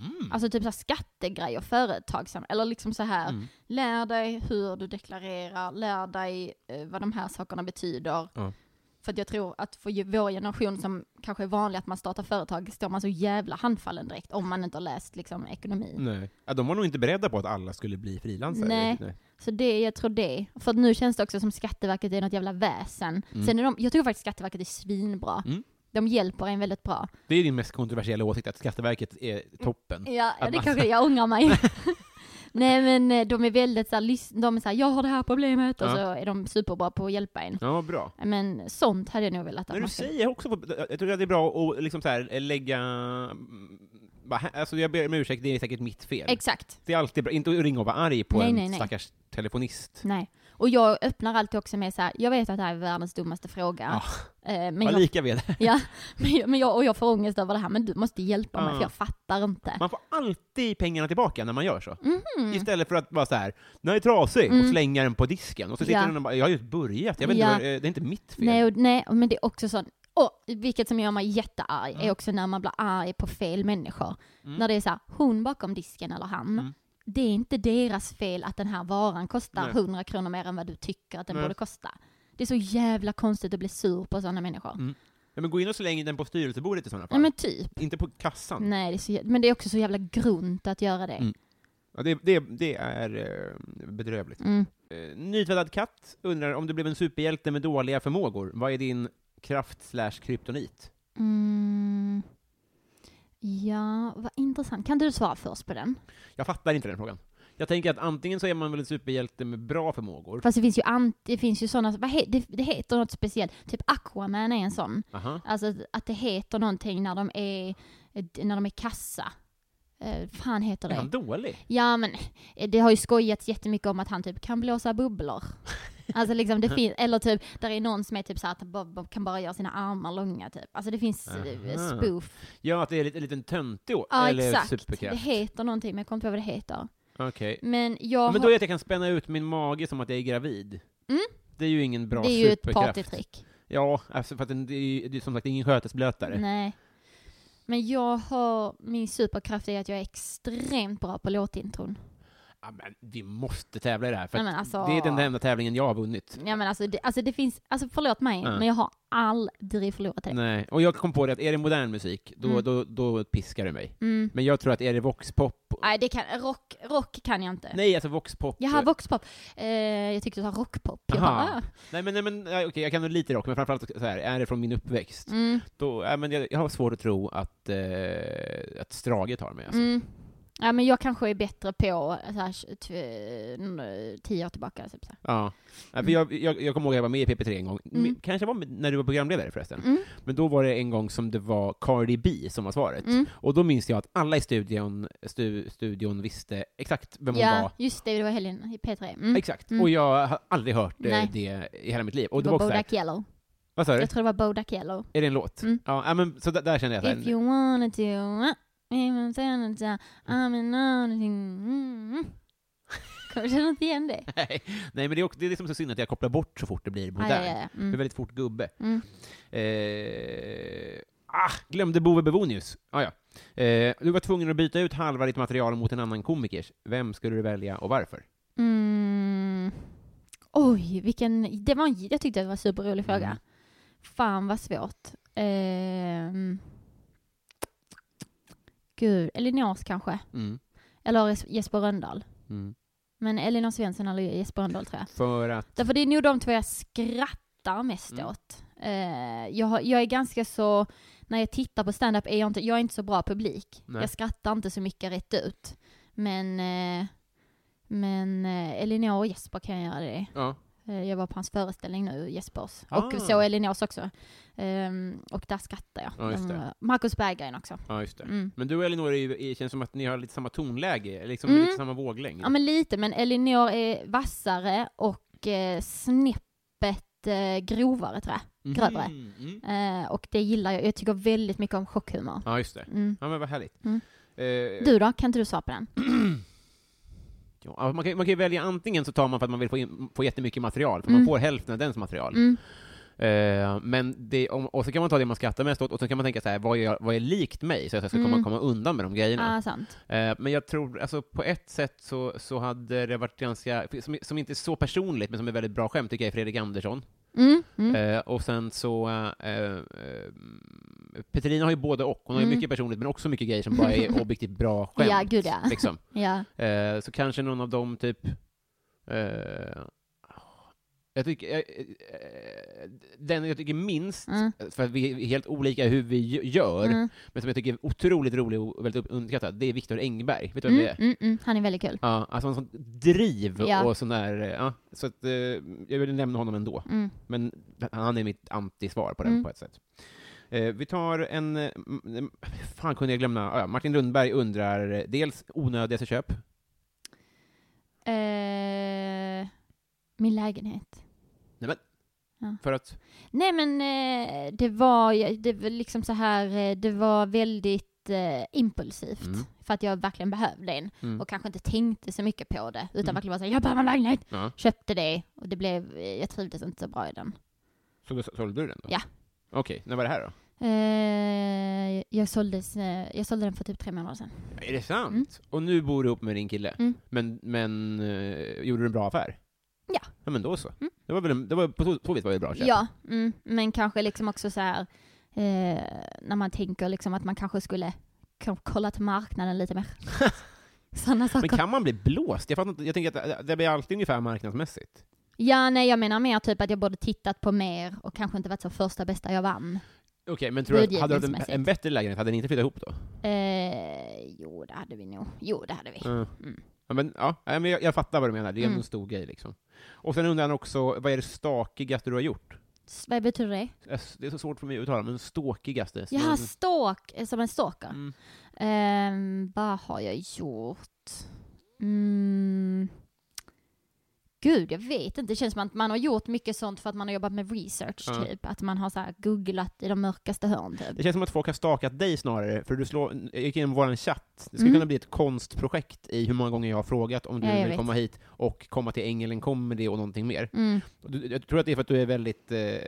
Speaker 1: Mm.
Speaker 2: Alltså typ så här skattegrejer, företagsam, eller liksom så här.
Speaker 1: Mm.
Speaker 2: Lär dig hur du deklarerar, lär dig eh, vad de här sakerna betyder.
Speaker 1: Ja.
Speaker 2: För att jag tror att för ju- vår generation som kanske är vanlig att man startar företag står man så jävla handfallen direkt om man inte har läst liksom, ekonomi.
Speaker 1: Nej. Ja, de var nog inte beredda på att alla skulle bli frilansare.
Speaker 2: Nej. Så det, jag tror det. För att nu känns det också som Skatteverket är något jävla väsen.
Speaker 1: Mm.
Speaker 2: Sen är de, jag tycker faktiskt Skatteverket är svinbra.
Speaker 1: Mm.
Speaker 2: De hjälper en väldigt bra.
Speaker 1: Det är din mest kontroversiella åsikt, att Skatteverket är
Speaker 2: Mm.
Speaker 1: toppen.
Speaker 2: Ja, ja
Speaker 1: Att
Speaker 2: det
Speaker 1: man-
Speaker 2: kanske, jag ångrar mig. Nej men eh, de är väldigt såhär, de är såhär, jag har det här problemet, och
Speaker 1: Ja.
Speaker 2: så är de superbra på att hjälpa en.
Speaker 1: Ja, bra.
Speaker 2: Men sånt hade jag nog velat att
Speaker 1: Men du
Speaker 2: man skulle...
Speaker 1: säger också, på, jag tror att det är bra att liksom så här, lägga... mm, bara, här- Alltså jag ber om ursäkt, det är säkert mitt fel.
Speaker 2: Exakt.
Speaker 1: det är alltid bra, inte att ringa och vara arg på
Speaker 2: Nej,
Speaker 1: en
Speaker 2: nej, Mm, nej.
Speaker 1: stackars telefonist.
Speaker 2: Nej. Och jag öppnar alltid också med så här, jag vet att det här är världens dummaste fråga. Eh, Men,
Speaker 1: Vad
Speaker 2: jag,
Speaker 1: lika vi är där.
Speaker 2: ja, men, jag, men jag, och jag får ångest över det här, men du måste hjälpa mig
Speaker 1: Ja.
Speaker 2: för jag fattar inte.
Speaker 1: Man får alltid pengarna tillbaka när man gör så.
Speaker 2: Mhm.
Speaker 1: Istället för att vara så här, den är trasig, och
Speaker 2: Mm.
Speaker 1: slänga den på disken. Och så sitter
Speaker 2: Ja.
Speaker 1: den och bara, jag har just börjat, jag vet
Speaker 2: Ja.
Speaker 1: inte, vad- eh, det är inte mitt fel.
Speaker 2: Nej, och, nej, men det är också sån, och vilket som gör mig jättearg,
Speaker 1: Mm.
Speaker 2: är också när man blir arg på fel människor.
Speaker 1: Mm.
Speaker 2: När det är så här, hon bakom disken eller han.
Speaker 1: Mm.
Speaker 2: Det är inte deras fel att den här varan kostar
Speaker 1: Nej.
Speaker 2: 100 kronor mer än vad du tycker att den
Speaker 1: Nej.
Speaker 2: borde kosta. Det är så jävla konstigt att bli sur på sådana människor.
Speaker 1: Mm. ja, men gå in och släng den på styrelsebordet i sådana fall.
Speaker 2: Nej men typ.
Speaker 1: Inte på kassan.
Speaker 2: Nej, det är så, jä- men det är också så jävla grunt att göra det.
Speaker 1: Mm. Ja, det, det, det är eh, bedrövligt.
Speaker 2: Mm.
Speaker 1: Eh, Nytvättad katt undrar om du blev en superhjälte med dåliga förmågor, vad är din kraft slash kryptonit?
Speaker 2: Mm. Ja, vad intressant. Kan du svara först på den?
Speaker 1: Jag fattar inte den frågan. Jag tänker att antingen så är man väl en superhjälte med bra förmågor.
Speaker 2: Fast det finns ju, ant, det finns ju sådana, vad he, det, det heter något speciellt, typ Aquaman är en sån.
Speaker 1: Aha.
Speaker 2: Alltså att- att det heter någonting när de är, när de är kassa. Eh, fan heter
Speaker 1: Är han
Speaker 2: det?
Speaker 1: dålig?
Speaker 2: Ja men, eh, det har ju skojats jättemycket om att han typ kan blåsa bubblor. Alltså liksom det finns, eller typ, där är någon som är typ såhär att han bara- bara kan bara göra sina armar långa typ. Alltså det finns eh,
Speaker 1: Aha.
Speaker 2: spoof.
Speaker 1: Ja, att det är lite- en liten töntig å-
Speaker 2: Ja
Speaker 1: eller
Speaker 2: exakt, det
Speaker 1: superkraft.
Speaker 2: heter någonting men jag kommer inte ihåg vad det heter.
Speaker 1: Okej.
Speaker 2: Men jag
Speaker 1: Men då
Speaker 2: har-
Speaker 1: är det att jag kan spänna ut min mage som att jag är gravid.
Speaker 2: Mm.
Speaker 1: Det är ju ingen bra
Speaker 2: det är ju ett
Speaker 1: superkraft.
Speaker 2: partytrick.
Speaker 1: Ja, alltså för att den- det är ju det är som sagt ingen skötesblötare.
Speaker 2: Nej. Men jag har, min superkraft är att jag är extremt bra på låtintron.
Speaker 1: Ja, men vi måste tävla i det här, för
Speaker 2: Nej, men
Speaker 1: att
Speaker 2: alltså-
Speaker 1: det är den enda tävlingen jag har vunnit.
Speaker 2: Ja men alltså det, alltså det finns, alltså förlåt mig,
Speaker 1: Ja.
Speaker 2: men jag har aldrig förlorat det.
Speaker 1: Nej, och jag kom på det att är det modern musik, då,
Speaker 2: Mm.
Speaker 1: då, då piskar det mig.
Speaker 2: Mm.
Speaker 1: Men jag tror att är det voxpop...
Speaker 2: Nej det kan, rock, rock kan jag inte.
Speaker 1: Nej, alltså voxpop...
Speaker 2: Jag har voxpop. Eh, jag tyckte du sa rockpop. Jag
Speaker 1: Aha.
Speaker 2: bara, ah.
Speaker 1: Nej men, nej, men ja, okej, jag kan nog lite rock, men framförallt så här, är det från min uppväxt?
Speaker 2: mm,
Speaker 1: Då, ja, men jag, jag har svårt att tro att, eh, att Strage tar mig. Alltså.
Speaker 2: mm. Ja men jag kanske är bättre på eh, så här, tv- n- tio år tillbaka. Typ, så här.
Speaker 1: Ja. Ja, för jag, jag, jag kommer ihåg att jag var med i PP3 en gång,
Speaker 2: Mm.
Speaker 1: Men kanske var med, när du var programledare förresten,
Speaker 2: Mm,
Speaker 1: men då var det en gång som det var Cardi B som var svaret.
Speaker 2: mm.
Speaker 1: Och då minns jag att alla i studion, stu, studion visste exakt vem hon var.
Speaker 2: Ja, just det, det var helgen i P3. Mm.
Speaker 1: Exakt.
Speaker 2: Mm.
Speaker 1: Och jag har aldrig hört eh,
Speaker 2: Nej.
Speaker 1: det i hela mitt liv. Och
Speaker 2: det
Speaker 1: det
Speaker 2: var
Speaker 1: var också såhär,
Speaker 2: Bodak Yellow.
Speaker 1: vad sa du?
Speaker 2: Jag tror det var Bodak Yellow.
Speaker 1: Är det en låt?
Speaker 2: Mm.
Speaker 1: Ja, ja, men så där, där kände jag
Speaker 2: If
Speaker 1: såhär,
Speaker 2: you wanted to, uh, even then it's a- I'm in anything. Mm. Kommer du känna inte igen det?
Speaker 1: nej, nej men det är, också, det är liksom så synd att jag kopplar bort så fort det blir
Speaker 2: Ja,
Speaker 1: modernt.
Speaker 2: ja, ja.
Speaker 1: Det är
Speaker 2: Mm.
Speaker 1: väldigt fort gubbe.
Speaker 2: Mm.
Speaker 1: Eh, ah, glömde Bove Bevonius. Ah, ja. eh, du var tvungen att byta ut halva ditt material mot en annan komikers. Vem skulle du välja och varför?
Speaker 2: Mm. Oj, vilken... Det var, en- jag tyckte det var en superrolig fråga.
Speaker 1: Mm.
Speaker 2: Fan vad svårt. Ehm. Gud, Elinors kanske.
Speaker 1: Mm.
Speaker 2: Eller Jes- Jesper Rönndahl.
Speaker 1: Mm.
Speaker 2: Men Elinor Svensson eller Jesper Rönndahl tror jag.
Speaker 1: För att...
Speaker 2: Därför det är nog de två jag skrattar mest
Speaker 1: Mm.
Speaker 2: åt. Eh, jag, har- jag är ganska så, när jag tittar på stand-up är jag inte, jag är inte så bra publik.
Speaker 1: Nej.
Speaker 2: Jag skrattar inte så mycket rätt ut. Men, eh, men eh, Elinor och Jesper kan göra det.
Speaker 1: Ja.
Speaker 2: Eh, Jag var på hans föreställning nu, Jespers.
Speaker 1: Ah.
Speaker 2: Och så Elinors också. Ehm, och där skrattade jag.
Speaker 1: Ja, just det.
Speaker 2: De- Marcus Berggren också.
Speaker 1: Ja, just det.
Speaker 2: Mm.
Speaker 1: Men du och Elinor är ju, är- känns som att ni har lite samma tonläge, liksom
Speaker 2: Mm.
Speaker 1: lite samma våglängd.
Speaker 2: Ja men lite, men Elinor är vassare och eh, snäppet eh, grovare tror jag. grövre.
Speaker 1: Mm, mm.
Speaker 2: Eh, och det gillar jag. Jag tycker väldigt mycket om chockhumor.
Speaker 1: Ja, just det.
Speaker 2: Mm.
Speaker 1: Ja, men vad härligt.
Speaker 2: Mm.
Speaker 1: Eh,
Speaker 2: Du då? Kan inte du svara på den?
Speaker 1: ja, man, kan, man kan ju välja antingen så tar man för att man vill få, in, få jättemycket material, för man
Speaker 2: Mm.
Speaker 1: får hälften av dens material.
Speaker 2: Mm.
Speaker 1: Eh, men det, om, och så kan man ta det man skrattar mest åt, och så kan man tänka så här, vad är, vad är likt mig? Så att jag ska komma,
Speaker 2: Mm.
Speaker 1: komma undan med de grejerna.
Speaker 2: Ah, sant.
Speaker 1: Eh, men jag tror, alltså på ett sätt så, så hade det varit ganska, som, som inte är så personligt, men som är väldigt bra skämt, tycker jag är Fredrik Andersson.
Speaker 2: Mm. Mm.
Speaker 1: Eh, och sen så, eh, eh, Petrina har ju både och, hon har ju
Speaker 2: Mm.
Speaker 1: mycket personligt, men också mycket grejer som bara är objektivt bra skämt.
Speaker 2: Ja, gud ja.
Speaker 1: liksom.
Speaker 2: ja.
Speaker 1: Eh, så kanske någon av dem, typ... Eh, jag tycker... eh, eh, den jag tycker minst,
Speaker 2: Mm.
Speaker 1: för att vi är helt olika i hur vi gö- gör,
Speaker 2: Mm.
Speaker 1: men som jag tycker är otroligt rolig och väldigt underskattad, det är Viktor Engberg. Vet du vem
Speaker 2: Mm.
Speaker 1: det är?
Speaker 2: Mm. Mm. Han är väldigt kul.
Speaker 1: Ja, alltså en sån driv
Speaker 2: Ja.
Speaker 1: och sån där, eh, ja, så att eh, jag vill nämna honom ändå.
Speaker 2: Mm.
Speaker 1: Men han är mitt antisvar på den
Speaker 2: Mm.
Speaker 1: på ett sätt. Eh, vi tar en... eh, m- m- Fan kunde jag glömma? Ah, ja, Martin Lundberg undrar eh, dels onödigaste köp.
Speaker 2: Eh, min lägenhet.
Speaker 1: Nej, men,
Speaker 2: Ja.
Speaker 1: För att...
Speaker 2: Nej men eh, det var, ju- det var liksom så här, eh, det var väldigt eh, impulsivt.
Speaker 1: Mm.
Speaker 2: För att jag verkligen behövde en
Speaker 1: Mm.
Speaker 2: och kanske inte tänkte så mycket på det. Utan
Speaker 1: Mm.
Speaker 2: verkligen bara såhär, jag behöver en lägenhet!
Speaker 1: Ja.
Speaker 2: Köpte det och det blev, eh, jag trivdes inte så bra i den.
Speaker 1: Så då sålde du den då?
Speaker 2: Ja.
Speaker 1: Okej, när var det här då?
Speaker 2: Eh, jag, såldes, eh, jag sålde den för typ tre månader sedan.
Speaker 1: Är det sant?
Speaker 2: Mm.
Speaker 1: Och nu bor du ihop med din kille?
Speaker 2: Mm.
Speaker 1: Men, men eh, gjorde du en bra affär?
Speaker 2: Ja.
Speaker 1: Ja, men då så.
Speaker 2: Mm.
Speaker 1: Det var väl en, det var, på så- så vis var det ett bra köp?
Speaker 2: Ja, mm, men kanske liksom också så här eh, när man tänker liksom att man kanske skulle k- kolla till marknaden lite mer. Sådana saker.
Speaker 1: Men kan man bli blåst? Jag, fattar inte, jag tänker att eh, det- det blir alltid ungefär marknadsmässigt.
Speaker 2: Ja, nej jag menar mer typ att jag borde tittat på mer och kanske inte varit så första bästa jag vann.
Speaker 1: Okej, men tror du att, hade du haft en,
Speaker 2: Budgetmässigt.
Speaker 1: en bättre lägenhet, hade ni inte flyttat ihop då?
Speaker 2: Eh, jo, det hade vi nog. Jo, det hade vi.
Speaker 1: Mm.
Speaker 2: Mm.
Speaker 1: Ja, men, ja, nej, men jag, jag fattar vad du menar, det är
Speaker 2: Mm.
Speaker 1: en stor grej liksom. Och sen undrar han också, vad är det stakigaste du har gjort?
Speaker 2: S- Vad betyder det?
Speaker 1: Det är så svårt för mig att uttala, men Mm. ståkigaste?
Speaker 2: Jaha, stalk, eh, som en stalker.
Speaker 1: Mm.
Speaker 2: Ehm, vad har jag gjort? Mm. Gud, jag vet inte. Det känns som att man har gjort mycket sånt för att man har jobbat med research,
Speaker 1: Ja.
Speaker 2: typ. Att man har så här googlat i de mörkaste hörn, typ.
Speaker 1: Det känns som att folk har stakat dig snarare, för du slår, jag gick in i vår chatt. Det skulle
Speaker 2: Mm.
Speaker 1: kunna bli ett konstprojekt i hur många gånger jag har frågat om du
Speaker 2: Ja, jag
Speaker 1: vill
Speaker 2: vet.
Speaker 1: komma hit och komma till Engelen Comedy och någonting mer.
Speaker 2: Mm,
Speaker 1: Och Du, jag tror att det är för att du är väldigt eh, eh,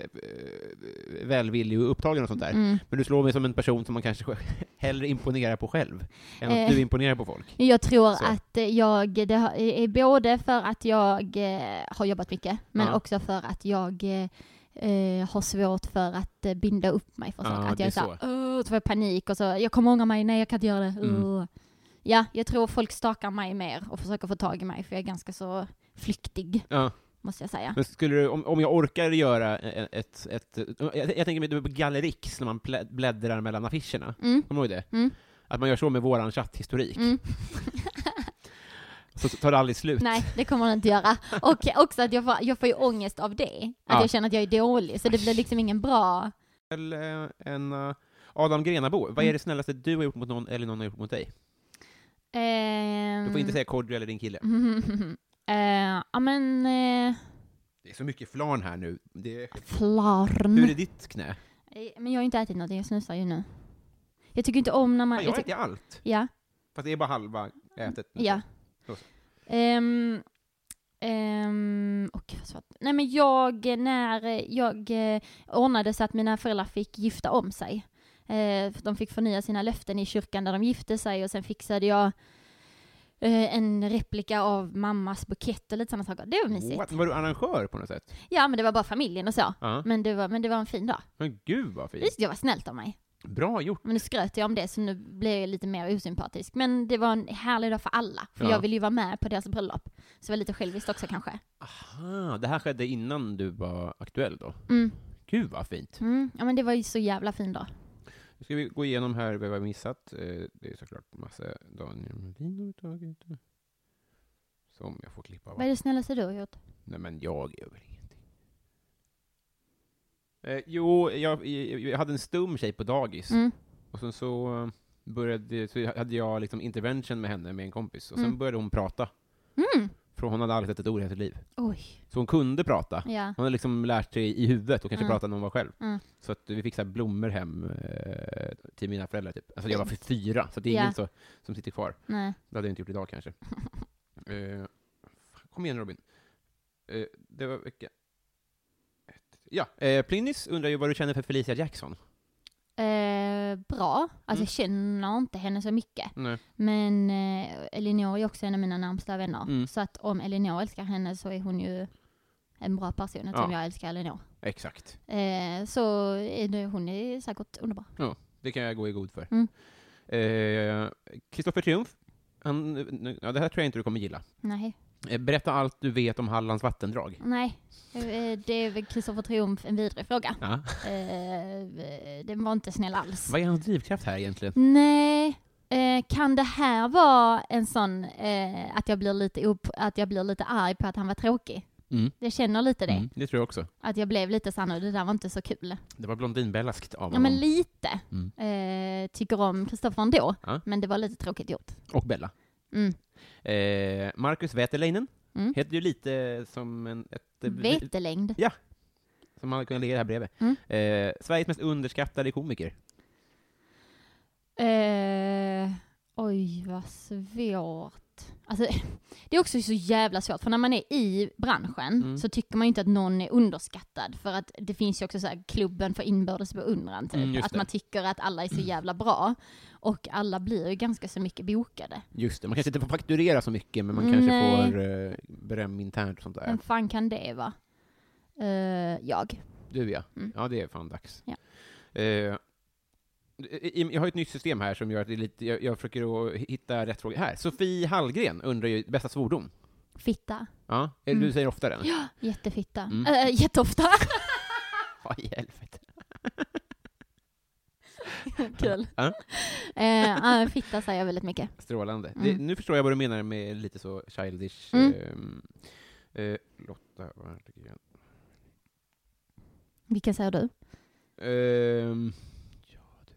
Speaker 1: välvillig och upptagen och sånt där.
Speaker 2: mm.
Speaker 1: Men du slår mig som en person som man kanske själv- hellre imponerar på själv, än att
Speaker 2: Eh.
Speaker 1: du imponerar på folk.
Speaker 2: Jag tror
Speaker 1: Så.
Speaker 2: att eh, jag, det har- är både för att jag eh, har jobbat mycket, men
Speaker 1: Ja.
Speaker 2: också för att jag eh, eh, har svårt för att eh, binda upp mig för
Speaker 1: Ja,
Speaker 2: saker. Att
Speaker 1: det
Speaker 2: jag
Speaker 1: är
Speaker 2: är
Speaker 1: så.
Speaker 2: såhär, "Åh", så får jag panik och så, jag kommer ångra mig, nej jag kan inte göra det.
Speaker 1: Mm.
Speaker 2: Åh. Ja, jag tror folk stakar mig mer och försöker få tag i mig, för jag är ganska så flyktig,
Speaker 1: Ja.
Speaker 2: måste jag säga.
Speaker 1: Men skulle du, om, om jag orkar göra e, ett... ett, ett jag, jag tänker mig du är på Gallerix när man plä- bläddrar mellan affischerna.
Speaker 2: Mm.
Speaker 1: Kommer du ihåg det?
Speaker 2: Mm.
Speaker 1: Att man gör så med våran chatthistorik.
Speaker 2: Mm.
Speaker 1: Så tar det aldrig slut.
Speaker 2: Nej, det kommer den inte göra. Och också att jag får, jag får ju ångest av det. Att
Speaker 1: Ja.
Speaker 2: jag känner att jag är dålig, så det blir liksom ingen bra...
Speaker 1: Väl, eh, en, eh, Adam Grenabo,
Speaker 2: Mm.
Speaker 1: vad är det snällaste du har gjort mot någon eller någon har gjort mot dig?
Speaker 2: Ehm.
Speaker 1: Du får inte säga Kodjo eller din kille.
Speaker 2: Mhm. Eh, Ja men, eh,
Speaker 1: Det är så mycket flarn här nu. Det,
Speaker 2: flarn.
Speaker 1: hur är ditt knä?
Speaker 2: Eh, Men jag har inte ätit någonting, jag snusar ju nu. Jag tycker inte om när man...
Speaker 1: Ja, Ah, jag
Speaker 2: tyck-
Speaker 1: äter allt.
Speaker 2: ja,
Speaker 1: Fast det är bara halva ätet.
Speaker 2: ja.
Speaker 1: Så, så.
Speaker 2: Ehm, ehm, åh, gud, vad svårt. Nej men jag, när eh, jag eh, ordnade så att mina föräldrar fick gifta om sig. Eh, för de fick förnya sina löften i kyrkan där de gifte sig och sen fixade jag eh, en replika av mammas bukett och lite sådana saker. Det var mysigt.
Speaker 1: What? Var du arrangör på något sätt?
Speaker 2: Ja men det var bara familjen och så.
Speaker 1: Ja.
Speaker 2: Men det var, men det var en fin dag.
Speaker 1: Men gud vad fint.
Speaker 2: Just det, jag var snällt av mig.
Speaker 1: Bra gjort.
Speaker 2: Men nu skröt jag om det så nu blev jag lite mer osympatisk. Men det var en härlig dag för alla. För
Speaker 1: Ja.
Speaker 2: jag ville ju vara med på deras bröllop. Så det var lite själviskt också kanske.
Speaker 1: Aha, Ah, det här skedde innan du var aktuell då?
Speaker 2: Mm.
Speaker 1: Gud vad fint.
Speaker 2: Mm. Ja men det var ju så jävla fin dag.
Speaker 1: Nu ska vi gå igenom här vad vi har missat. Eh, Det är såklart massa Daniel Melin har vi tagit. Som jag får klippa
Speaker 2: Vad är
Speaker 1: va?
Speaker 2: det snällaste du har gjort?
Speaker 1: Nej men jag gör väl ingenting. Eh, jo, jag, jag, jag hade en stum tjej på dagis.
Speaker 2: Mm.
Speaker 1: Och sen så eh, började, så hade jag liksom intervention med henne med en kompis. Och sen
Speaker 2: Mm.
Speaker 1: började hon prata.
Speaker 2: Mm.
Speaker 1: För hon hade aldrig sett ett ord i hela sitt liv.
Speaker 2: Oj.
Speaker 1: Så hon kunde prata.
Speaker 2: Ja.
Speaker 1: Hon hade liksom lärt sig i huvudet och kanske
Speaker 2: Mm.
Speaker 1: prata när hon var själv.
Speaker 2: Mm.
Speaker 1: Så att vi fick så här blommor hem eh, till mina föräldrar typ. Alltså jag var för fyra, så det är
Speaker 2: Ja.
Speaker 1: inget så, som sitter kvar.
Speaker 2: Nej.
Speaker 1: Det hade jag inte gjort idag kanske. Eh, fan, kom igen Robin. Eh, det var vecka... ett. Ja, eh, Plynnis undrar ju vad du känner för Felicia Jackson.
Speaker 2: Eh, bra. Alltså
Speaker 1: Mm.
Speaker 2: jag känner inte henne så mycket.
Speaker 1: Nej.
Speaker 2: Men eh, Elinor är också en av mina närmsta vänner.
Speaker 1: Mm.
Speaker 2: Så att om Elinor älskar henne så är hon ju en bra person eftersom
Speaker 1: Ja.
Speaker 2: jag älskar Elinor.
Speaker 1: Exakt.
Speaker 2: Eh, så är det, hon är säkert underbar.
Speaker 1: Det kan jag gå i god för.
Speaker 2: Mm.
Speaker 1: Eh, Kristoffer Triumf, han, nu, ja, det här tror jag inte du kommer gilla.
Speaker 2: Nej.
Speaker 1: Eh, berätta allt du vet om Hallands vattendrag.
Speaker 2: Nej. Eh, det är väl Kristoffer Triumf en vidrig fråga.
Speaker 1: Ja.
Speaker 2: Eh, den var inte snäll alls.
Speaker 1: Vad är hans drivkraft här egentligen?
Speaker 2: Nej. Eh, kan det här vara en sån eh, att, jag blir lite upp, att jag blir lite arg på att han var tråkig?
Speaker 1: Mm.
Speaker 2: Jag känner lite det.
Speaker 1: Mm, det tror jag också.
Speaker 2: Att jag blev lite såhär, "Nej, det där var inte så kul.
Speaker 1: Det var Blondinbellaskt av
Speaker 2: Ja
Speaker 1: honom.
Speaker 2: men lite.
Speaker 1: Mm.
Speaker 2: Eh, tycker om Kristoffer ändå.
Speaker 1: Ja.
Speaker 2: Men det var lite tråkigt gjort.
Speaker 1: Och Bella.
Speaker 2: Mm.
Speaker 1: Eh, Marcus Väterleinen
Speaker 2: Mm.
Speaker 1: heter ju lite som en... Ett, eh,
Speaker 2: Vetelängd.
Speaker 1: Som hade kunnat ligga här bredvid.
Speaker 2: Mm.
Speaker 1: Eh, Sveriges mest underskattade komiker.
Speaker 2: Eh, oj, vad svårt. Alltså, det är också så jävla svårt, för när man är i branschen
Speaker 1: Mm.
Speaker 2: så tycker man ju inte att någon är underskattad. För att det finns ju också så här klubben för inbördes beundran, typ.
Speaker 1: Mm, just
Speaker 2: att
Speaker 1: det.
Speaker 2: man tycker att alla är så jävla bra. Och alla blir ju ganska så mycket bokade.
Speaker 1: Just det, man kanske inte får fakturera så mycket, men man kanske
Speaker 2: Mm, Nej. Mm.
Speaker 1: får eh, beröm internt och sånt där.
Speaker 2: Vem fan kan det vara? Eh, jag.
Speaker 1: Du ja.
Speaker 2: Mm.
Speaker 1: Ja, det är fan dags.
Speaker 2: Ja.
Speaker 1: Eh, i- i- jag har ett nytt system här som gör att det är lite, jag, jag försöker att hitta rätt fråga. Här, Sofie Hallgren undrar ju bästa svordom.
Speaker 2: Fitta.
Speaker 1: Ja, eller du
Speaker 2: Mm.
Speaker 1: säger ofta den? Ja.
Speaker 2: Jättefitta.
Speaker 1: Mm.
Speaker 2: Eh, jätteofta.
Speaker 1: Vad i helvete.
Speaker 2: Kul.
Speaker 1: Ja.
Speaker 2: Eh, eh, fitta säger jag väldigt mycket.
Speaker 1: Strålande.
Speaker 2: Mm.
Speaker 1: Det, nu förstår jag vad du menar med lite så childish.
Speaker 2: Mm.
Speaker 1: ehm, eh, Lotta Wallgren.
Speaker 2: Vilken säger du?
Speaker 1: Ehm, ja,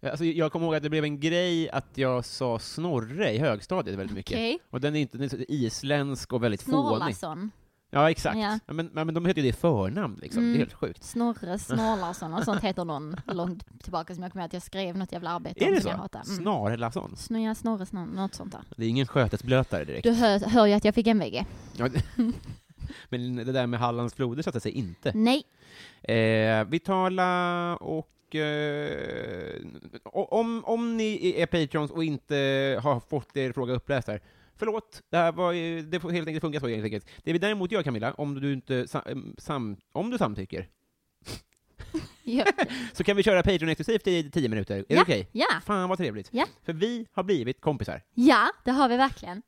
Speaker 1: du. Alltså, jag kommer ihåg att det blev en grej att jag sa snorre i högstadiet väldigt mycket.
Speaker 2: Okej.
Speaker 1: Och den är inte den är så isländsk och väldigt fånig.
Speaker 2: Snorlason.
Speaker 1: Ja, exakt.
Speaker 2: Ja.
Speaker 1: Ja, men, ja, men de heter ju det i förnamn, liksom. Det
Speaker 2: Mm.
Speaker 1: är helt sjukt.
Speaker 2: Snorre Snarlarsson och sånt heter någon långt tillbaka som jag kommer ihåg att jag skrev något jävla arbete
Speaker 1: Är
Speaker 2: om
Speaker 1: det
Speaker 2: som jag
Speaker 1: så?
Speaker 2: hatar. Mm.
Speaker 1: Snarlasson?
Speaker 2: Snor, snorre, snor, något sånt där.
Speaker 1: Det är ingen skötesblötare direkt.
Speaker 2: Du hör, hör ju att jag fick en VG.
Speaker 1: Ja, det- men det där med Hallands floder satte sig inte.
Speaker 2: Nej.
Speaker 1: Eh, Vitala och... Eh, o- om, om ni är patrons och inte har fått er fråga uppläst här, förlåt, det här var ju, det får helt enkelt funka så helt enkelt. Det vi däremot gör Camilla, om du inte sam, sam, om du samtycker,
Speaker 2: Ja.
Speaker 1: så kan vi köra Patreon exklusivt i tio minuter. Är det
Speaker 2: Ja.
Speaker 1: okej?
Speaker 2: ja.
Speaker 1: Fan vad trevligt.
Speaker 2: Ja.
Speaker 1: För vi har blivit kompisar.
Speaker 2: Ja, det har vi verkligen.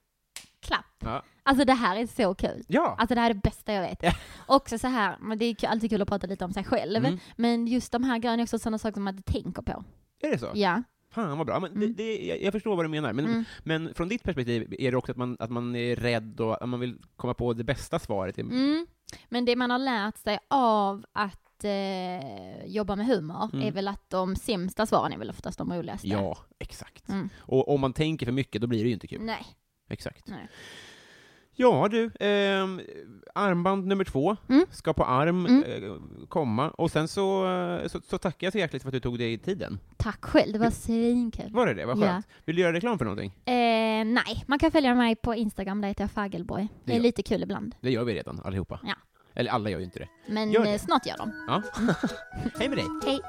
Speaker 2: Klapp.
Speaker 1: Ja.
Speaker 2: Alltså det här är så kul.
Speaker 1: Ja!
Speaker 2: Alltså det här är det bästa jag vet.
Speaker 1: Ja.
Speaker 2: Också så här, men det är ju alltid kul att prata lite om sig själv.
Speaker 1: Mm.
Speaker 2: Men just de här grejerna är också sådana saker som man inte tänker på.
Speaker 1: Är det så?
Speaker 2: Ja.
Speaker 1: Fan vad bra. Men det,
Speaker 2: Mm.
Speaker 1: det, jag, jag förstår vad du menar. Men,
Speaker 2: Mm.
Speaker 1: men från ditt perspektiv är det också att man, att man är rädd och att man vill komma på det bästa svaret. Mm.
Speaker 2: Mm. Men det man har lärt sig av att eh, jobba med humor
Speaker 1: Mm.
Speaker 2: är väl att de sämsta svaren är väl oftast de roligaste.
Speaker 1: Ja, exakt.
Speaker 2: Typ Mm.
Speaker 1: Och om man tänker för mycket, då blir det ju inte kul.
Speaker 2: Nej.
Speaker 1: Exakt.
Speaker 2: Nej.
Speaker 1: Ja du, ehm, armband nummer två
Speaker 2: Mm.
Speaker 1: ska på arm
Speaker 2: Mm.
Speaker 1: eh, komma, och sen så, eh, så, så tackar jag så hjärtligt för att du tog dig tiden.
Speaker 2: Tack själv, det var svinkul.
Speaker 1: Var det det? Vad
Speaker 2: Ja.
Speaker 1: skönt. Vill du göra reklam för någonting?
Speaker 2: Eh, nej, man kan följa mig på Instagram, där heter jag Fagelborg. Det är
Speaker 1: gör-
Speaker 2: lite kul ibland.
Speaker 1: Det gör vi redan, allihopa.
Speaker 2: Ja.
Speaker 1: Eller alla gör ju inte det.
Speaker 2: Men
Speaker 1: Gör det.
Speaker 2: eh, snart gör de.
Speaker 1: Ja. Hej med dig!
Speaker 2: Hej.